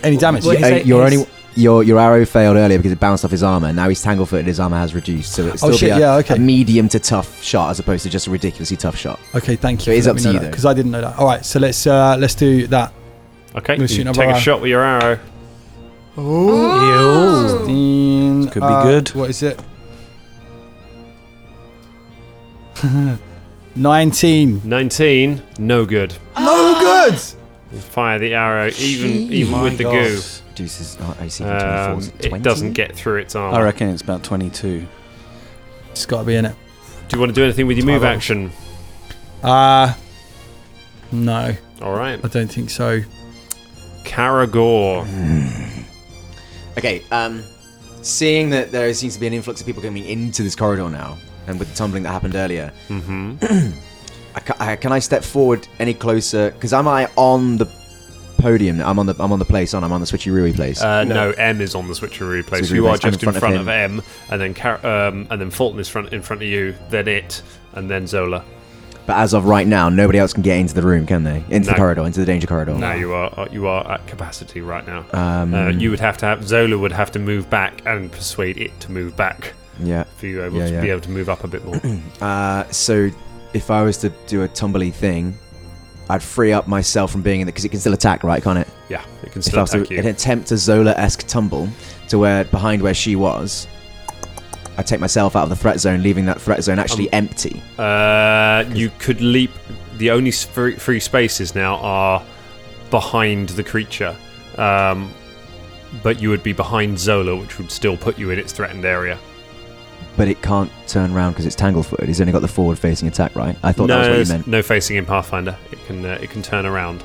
C: any damage.
K: Uh, your, only, your, your arrow failed earlier because it bounced off his armor. Now he's tangle footed, his armor has reduced. So it's still
C: Oh,
K: be
C: shit,
K: a,
C: yeah, okay.
K: a medium to tough shot as opposed to just a ridiculously tough shot.
C: Okay, thank
K: So
C: you.
K: it is up to you, though.
C: because I didn't know that. All right, so let's uh let's do that.
D: Okay.
C: I'm gonna shoot
D: You
C: another
D: take a
C: arrow.
D: shot with your arrow.
C: Oh, Sixteen,
H: Could be
C: uh,
H: good.
C: What is it? Nineteen.
D: Nineteen. No good.
C: No good.
D: You Fire the arrow, even even
H: My
D: with the
H: God.
D: goo.
K: Reduces our AC from 24
D: Um,
K: to
D: it
K: 20?
D: doesn't get through its armor.
H: I reckon it's about twenty-two.
C: It's got to be in it.
D: Do you want to do anything with your move action?
C: Uh no.
D: All right.
C: I don't think so. Hmm.
D: Caragor.
K: Okay, um, seeing that there seems to be an influx of people coming into this corridor now, and with the tumbling that happened earlier,
D: Mm-hmm.
K: I ca- I- can I step forward any closer? Because am I on the podium? now? I'm on the I'm on the place. On I'm on the switcheroo place.
D: Uh, no. M is on the switcheroo place.
K: Switcheroo
D: you are
K: place. I'm
D: just in front, of, M, and then Car- um, and then Fulton is front in front of you, then it, and then Zola.
K: But as of right now, nobody else can get into the room, can they? Into
D: No.
K: the corridor, into the danger corridor.
D: No, you are uh, you are at capacity right now.
K: Um,
D: uh, you would have to have Zola would have to move back and persuade it to move back.
K: Yeah.
D: for you able
K: Yeah,
D: to
K: yeah.
D: be able to move up a bit more.
K: Uh, so if I was to do a tumbly thing, I'd free up myself from being in it because it can still attack, right? Can't it?
D: Yeah, it can
K: If
D: still
K: I was to-
D: attack you.
K: An attempt to Zola-esque tumble to where behind where she was, I take myself out of the threat zone, leaving that threat zone actually
D: Um,
K: empty.
D: Uh, you could leap. The only s- free, free spaces now are behind the creature, um, but you would be behind Zola, which would still put you in its threatened area.
K: But it can't turn around because it's tangle-footed. It's only got the forward-facing attack, right? I thought
D: no,
K: that was what you meant.
D: no facing in Pathfinder. It can uh, it can turn around.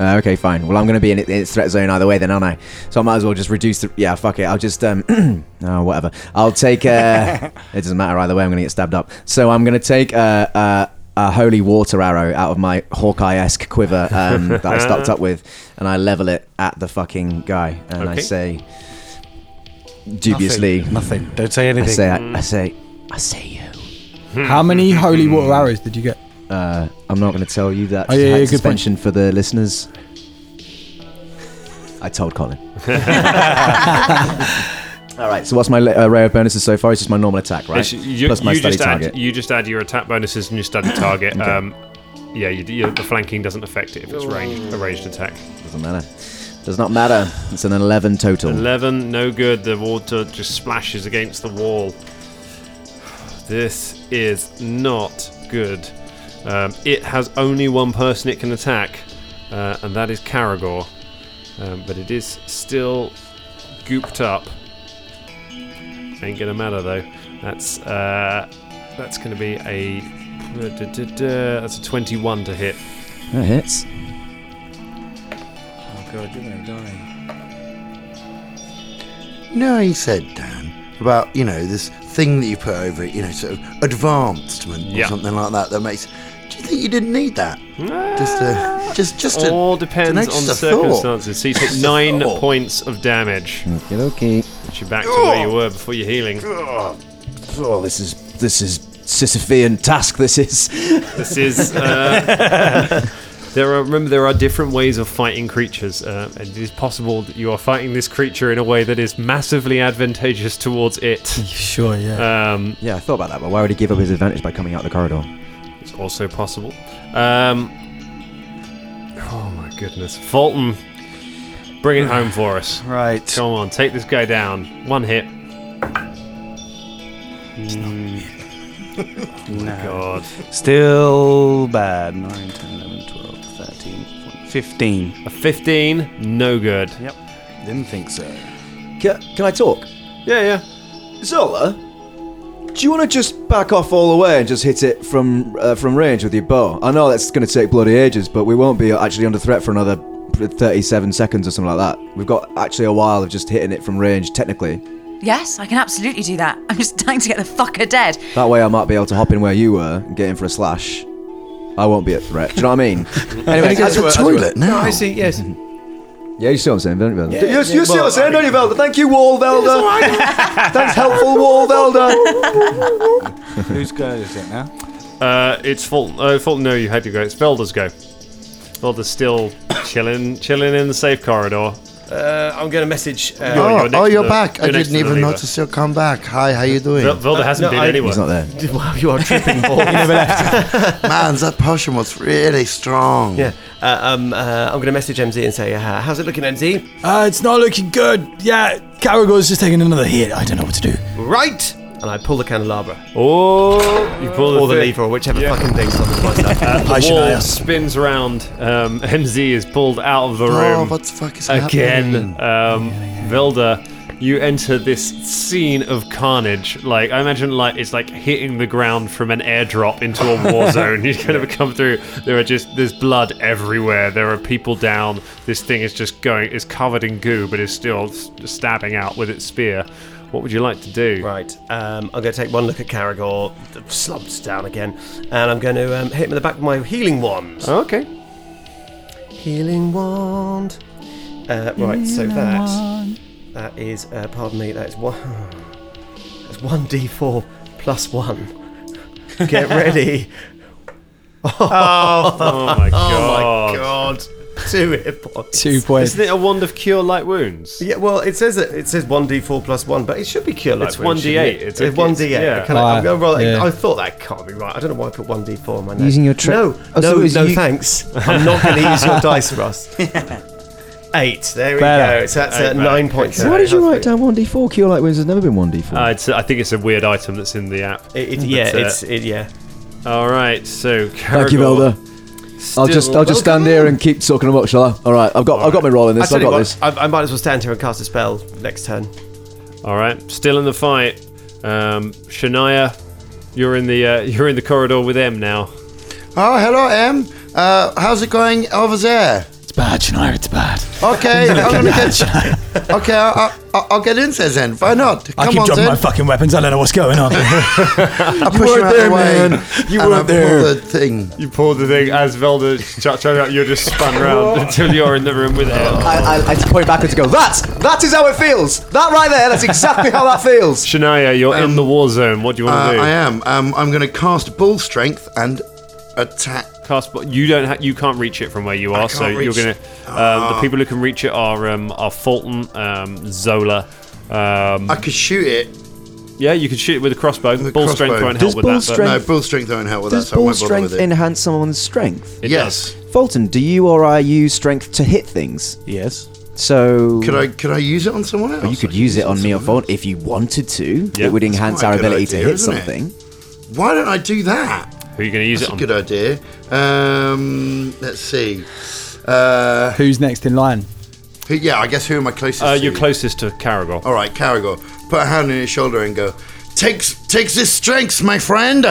K: Uh, okay, fine. Well, I'm going to be in it- its threat zone either way, then, aren't I? So I might as well just reduce the. Yeah, fuck it. I'll just. um oh, whatever. I'll take. Uh, it doesn't matter either way. I'm going to get stabbed up. So I'm going to take uh, uh, a holy water arrow out of my Hawkeye esque quiver um, that I stocked up with, and I level it at the fucking guy, and I
H: Okay.
K: say dubiously,
H: Nothing. Nothing. Don't say anything.
K: I say, I, I say, I say you.
C: How many holy water arrows did you get?
K: Uh, I'm not going to tell you that.
C: Oh, yeah, yeah, good
K: suspension for the listeners. I told Colin. All right. So what's my le- uh, array of bonuses so far? It's just my normal attack, right?
D: It's- You,
K: Plus my
D: you
K: study
D: just
K: target.
D: Add, you just add your attack bonuses and your study target. um, yeah, you, you, the flanking doesn't affect it if it's ranged, a ranged attack.
K: Doesn't matter. Does not matter. It's an 11 total.
D: 11, no good. The water just splashes against the wall. This is not good. Um, it has only one person it can attack, uh, and that is Caragor. Um, but it is still gooped up. Ain't gonna matter though. That's uh, that's gonna be a that's a 21 to hit.
K: That hits.
H: Oh god, you're gonna die.
J: You know how you said, Dan, about, you know, this thing that you put over it, you know, sort of advancement
D: Yeah.
J: or something like that that makes. Do you think you didn't need that? Just a. Just, just a.
D: Uh, All
J: dunno,
D: depends on
J: just a thought.
D: circumstances. So you take nine points of damage.
K: Okay, okay.
D: Put you back to where you were before your healing.
K: Oh, this is this is Sisyphean task. This is.
D: This is. Uh, there are remember there are different ways of fighting creatures, uh, and it is possible that you are fighting this creature in a way that is massively advantageous towards it.
C: Sure,
D: yeah. Um,
K: yeah, I thought about that, but why would he give up his advantage by coming out the corridor?
D: It's also possible. Um, oh my goodness, Fulton, bring it home for us.
H: Right,
D: come on, take this guy down. One hit.
H: No.
D: Mm. Oh God.
H: Still bad. 9, 10, 11, 12, 13, 14, 15.
D: A 15, no good.
H: Yep. Didn't think so.
K: Can, can I talk?
D: Yeah, yeah.
K: Zola, do you want to just back off all the way and just hit it from uh, from range with your bow? I know that's going to take bloody ages, but we won't be actually under threat for another 37 seconds or something like that. We've got actually a while of just hitting it from range, technically.
B: Yes, I can absolutely do that. I'm just dying to get the fucker dead.
K: That way I might be able to hop in where you were and get in for a slash. I won't be at threat. Do you know what I mean?
G: Gotta go to
K: as you
G: the
K: were- as you were-
G: toilet now. No, I see, yes.
K: Yeah, you see what I'm saying, don't you, Velda?
G: Yeah,
K: you you see what
G: well,
K: I'm saying, don't you, Velda? Thank you, Wall Velda. Thanks, helpful Wall Velda.
H: Whose go is it now?
D: Uh, it's Fulton. Oh, Fulton, no, you had to go. It's Velda's go. Velda's still chilling, chilling in the safe corridor.
G: Uh, I'm going to message. Uh,
D: You're-
J: oh,
D: you're next
J: oh,
D: to
J: you're
D: the-
J: back. I
D: you're
J: didn't
D: next to the
J: even
D: lever.
J: notice you come back. Hi, how you doing?
D: Vel- Velda hasn't been anywhere.
G: Wow, you are tripping, Paul.
J: Man, that potion was really strong.
G: Yeah. Uh, um, uh, I'm going to message MZ and say, uh, how's it looking, MZ?
C: Uh, it's not looking good. Yeah, Caragor's just taking another hit. I don't know what to do.
G: Right! And I pull the candelabra.
D: Oh, you pull the
G: Or the
D: thing.
G: lever, or whichever
D: Yeah.
G: fucking thing's on the myself.
D: Uh, the wall spins around. Um, MZ is pulled out of the
G: Oh,
D: room.
G: what the fuck is
D: again? Um, Velda, you enter this scene of carnage. Like I imagine, like it's like hitting the ground from an airdrop into a war zone. You kind of come through. There are just there's blood everywhere. There are people down. This thing is just going. It's covered in goo, but it's still s- stabbing out with its spear. What would you like to do?
G: Right. Um, I'm going to take one look at Caragor, th- slumped down again, and I'm going to um, hit him in the back with my healing wand.
D: Okay.
G: Healing wand. Uh, right, so that that is, uh, pardon me, that's one. That's one d4 plus one. Get ready. oh,
D: oh my
G: Oh
D: God.
G: my god. Two hit points.
C: Two points.
D: Isn't it a wand of cure light wounds?
G: Yeah, well, it says it, it says one d four plus one, but it should be cure like
D: It's 1d8.
G: It's
D: It's-
G: one d eight.
D: it's- yeah.
G: I'm gonna roll. it.
D: Yeah.
G: I thought that can't be right. I don't know why I put one d four on my nose.
K: Using your tri-
G: No,
K: Oh, so
G: no,
K: is
G: no.
K: you-
G: Thanks. I'm not going to use your dice, Ross. Eight. There we
K: Better.
G: go. So that's uh,
D: Eight,
G: nine
D: better.
G: points.
K: So why did you write down 1d4? Cure Light Wounds has never been 1d4.
D: Uh, it's, I think it's a weird item that's in the app. uh,
G: It- it- yeah, it's- it- yeah.
D: All right, so
K: Thank you,
D: Caragor-
K: Velda. I'll just I'll just stand here and keep talking about, shall I? All right, I've got I've got my role in
G: I,
K: this.
G: tell
K: I've
G: you
K: got
G: what,
K: this.
G: I, I might as well stand here and cast a spell next turn.
D: All right, still in the fight. Um, Shania, you're in the uh, you're in the corridor with M now.
J: Oh, hello, Em. Uh, how's it going over there?
C: It's bad, Shania. It's bad.
J: Okay,
C: Things are
J: I'm
C: looking
J: gonna
C: bad,
J: get. Okay, I, I, I'll get in, says Zen. Why not? Come
C: I keep
J: on,
C: dropping
J: Zen.
C: my fucking weapons. I don't know what's going on.
J: I
A: You
J: push
A: weren't
J: him out
A: there,
J: the way.
A: man. You
J: and I
A: weren't there.
J: pull the thing.
D: You pulled the thing as Velda chucked out. You're just spun round until you're in the room with him.
K: I, I, I point backwards and go, that's, that is how it feels. That right there, that's exactly how that feels.
D: Shania, you're in the war zone. What do you want
J: Uh,
D: to do?
J: I am. Um, I'm going to cast Bull Strength and attack.
D: Cast, but you don't. Ha- you can't reach it from where you are. so
J: can't
D: you're
J: reach
D: gonna.
J: it.
D: Um, the
J: Ah.
D: people who can reach it are um, are Fulton, um, Zola. Um,
J: I could shoot it.
D: Yeah, you could shoot it with a crossbow. bull
J: crossbow.
D: strength won't
K: Does
D: help with
K: bull
D: that. but-
K: strength-
J: No, Bull Strength won't help with
K: Does
J: that, so I
K: ball
J: won't bother
K: strength
J: with it.
K: enhance someone's strength?
J: It Yes.
K: Fulton, do you or I use strength to hit things?
H: Yes.
K: So.
J: Could I could I use it on someone else?
K: Well, you could use it on me or Fulton if you wanted to. It would
J: That's
K: enhance
J: quite
K: our
J: a good
K: ability to
J: idea,
K: hit
J: isn't it?
K: something.
J: Why don't I do that?
D: Who are you going to use
J: That's
D: it on?
J: a good idea. Um, let's see. Uh,
C: Who's next in line?
J: who, yeah, I guess who am I closest
D: Uh,
J: to?
D: you're closest to Caragor.
J: All right, Caragor. Put a hand on his shoulder and go, Takes, takes his strengths, my friend!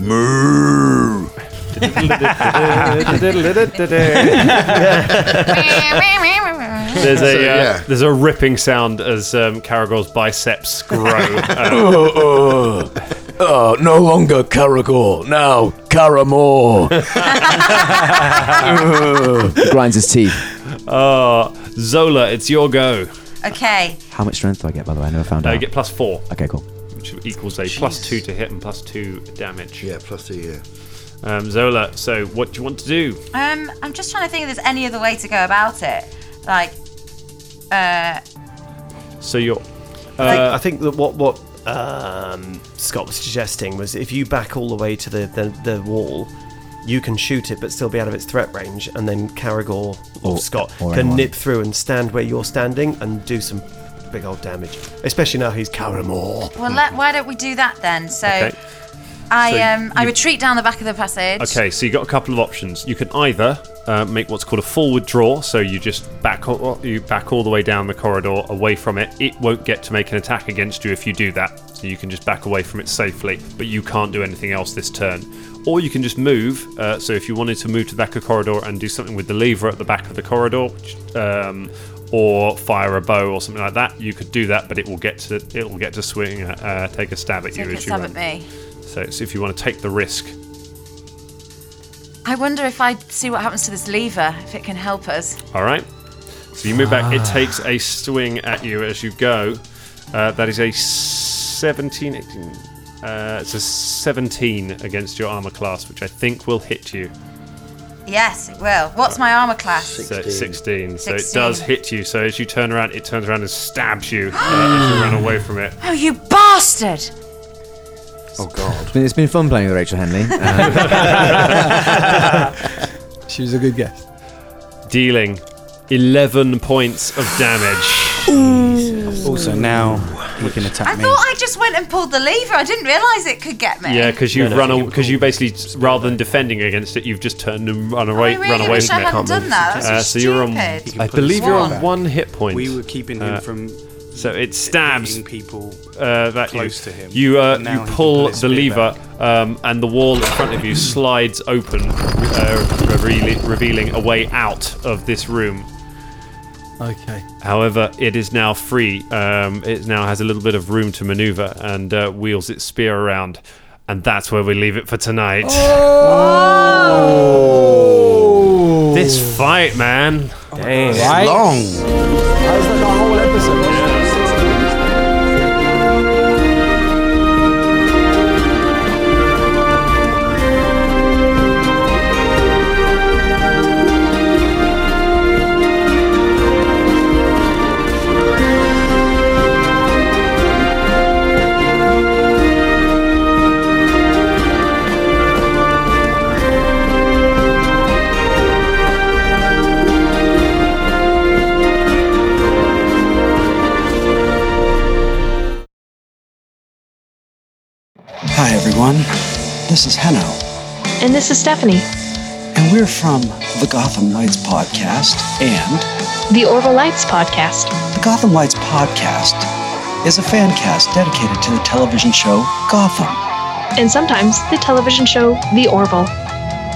J: Moo!
D: There's
J: So,
D: a uh,
J: yeah.
D: there's a ripping sound as um, Caragor's biceps grow. Um,
L: oh, oh. Oh, no longer Caragor. Now Caramore.
K: Grinds his teeth.
D: uh, Zola, it's your go.
B: Okay.
K: How much strength do I get, by the way? I never found
D: Uh,
K: out.
D: you get plus four,
K: okay, cool.
D: which equals a plus two to hit and plus two damage. Yeah,
J: plus two. Yeah.
D: Um, Zola, so what do you want to do?
B: Um, I'm just trying to think if there's any other way to go about it. Like, uh,
D: So you're.
G: I, think,
D: Uh,
G: I think that what what um, Scott was suggesting was if you back all the way to the, the, the wall, you can shoot it but still be out of its threat range, and then Caragor or,
K: Or-
G: Scott
K: or
G: can
K: anyone.
G: nip through and stand where you're standing and do some big old damage. Especially now he's Caramore.
B: well, let, why don't we do that then? So,
D: Okay.
B: I
D: So
B: um, I
D: you-
B: retreat down the back of the passage.
D: Okay, so you got a couple of options. You can either uh, make what's called a forward draw, so you just back o- you back all the way down the corridor away from it. It won't get to make an attack against you if you do that, so you can just back away from it safely. But you can't do anything else this turn. Or you can just move. Uh, so if you wanted to move to the back of the corridor and do something with the lever at the back of the corridor, which, um, or fire a bow or something like that, you could do that. But it will get to it will get to swing at, uh, take a stab at
B: Take
D: you
B: a
D: as you
B: stab
D: run.
B: at me.
D: So it's if you want to take the risk.
B: I wonder if I see what happens to this lever, if it can help us.
D: All right. So you move back. It
B: Ah.
D: takes a swing at you as you go. Uh, that is a 17. 18, uh, it's a 17 against your armor class, which I think will hit you.
B: Yes, it will. What's my armor class?
D: So 16. So it
B: 16.
D: does hit you. So as you turn around, it turns around and stabs you uh, as you run away from it.
B: Oh, you bastard!
D: Oh god.
K: It's been, it's been fun playing with Rachel Henley.
C: she was a good guess.
D: Dealing 11 points of damage.
H: Also now he can
B: I
H: attack me.
B: thought I just went and pulled the lever. I didn't realise it could get me.
D: Yeah, because you've
H: No, no, you
D: run because you basically rather than defending against it, you've just turned and run away,
B: I Oh, really
D: run away
B: wish
D: from
B: I
D: it.
B: hadn't done that. That's
D: Uh,
B: just
D: so you're on.
B: stupid. He
D: I
B: can put his
D: believe you're on
B: back.
D: one hit point. uh,
H: We were keeping him from
D: So it stabs
H: hitting people
D: uh, that
H: close
D: you,
H: to him.
D: You uh,
H: Now
D: you
H: he can
D: pull
H: put his
D: the
H: spear
D: lever, um, and the wall in front of you slides open, uh, revealing, revealing a way out of this room.
C: Okay.
D: However, it is now free. Um, it now has a little bit of room to maneuver and uh, wheels its spear around. And that's where we leave it for tonight.
B: Oh,
K: Oh.
D: This fight, man. Dang.
A: Right?
N: Hi, everyone. This is Hanno,
O: And this is Stephanie,
N: and we're from the Gotham Lights Podcast. And
O: the Orville Lights Podcast.
N: the Gotham Lights Podcast is a fan cast dedicated to the television show Gotham.
O: and sometimes the television show The Orville.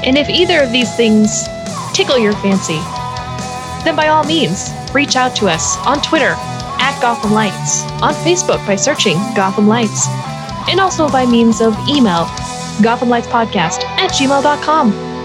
O: And if either of these things tickle your fancy, then by all means, reach out to us on Twitter at Gotham Lights, on Facebook by searching Gotham Lights, and also by means of email, gothamlightspodcast at gmail.com.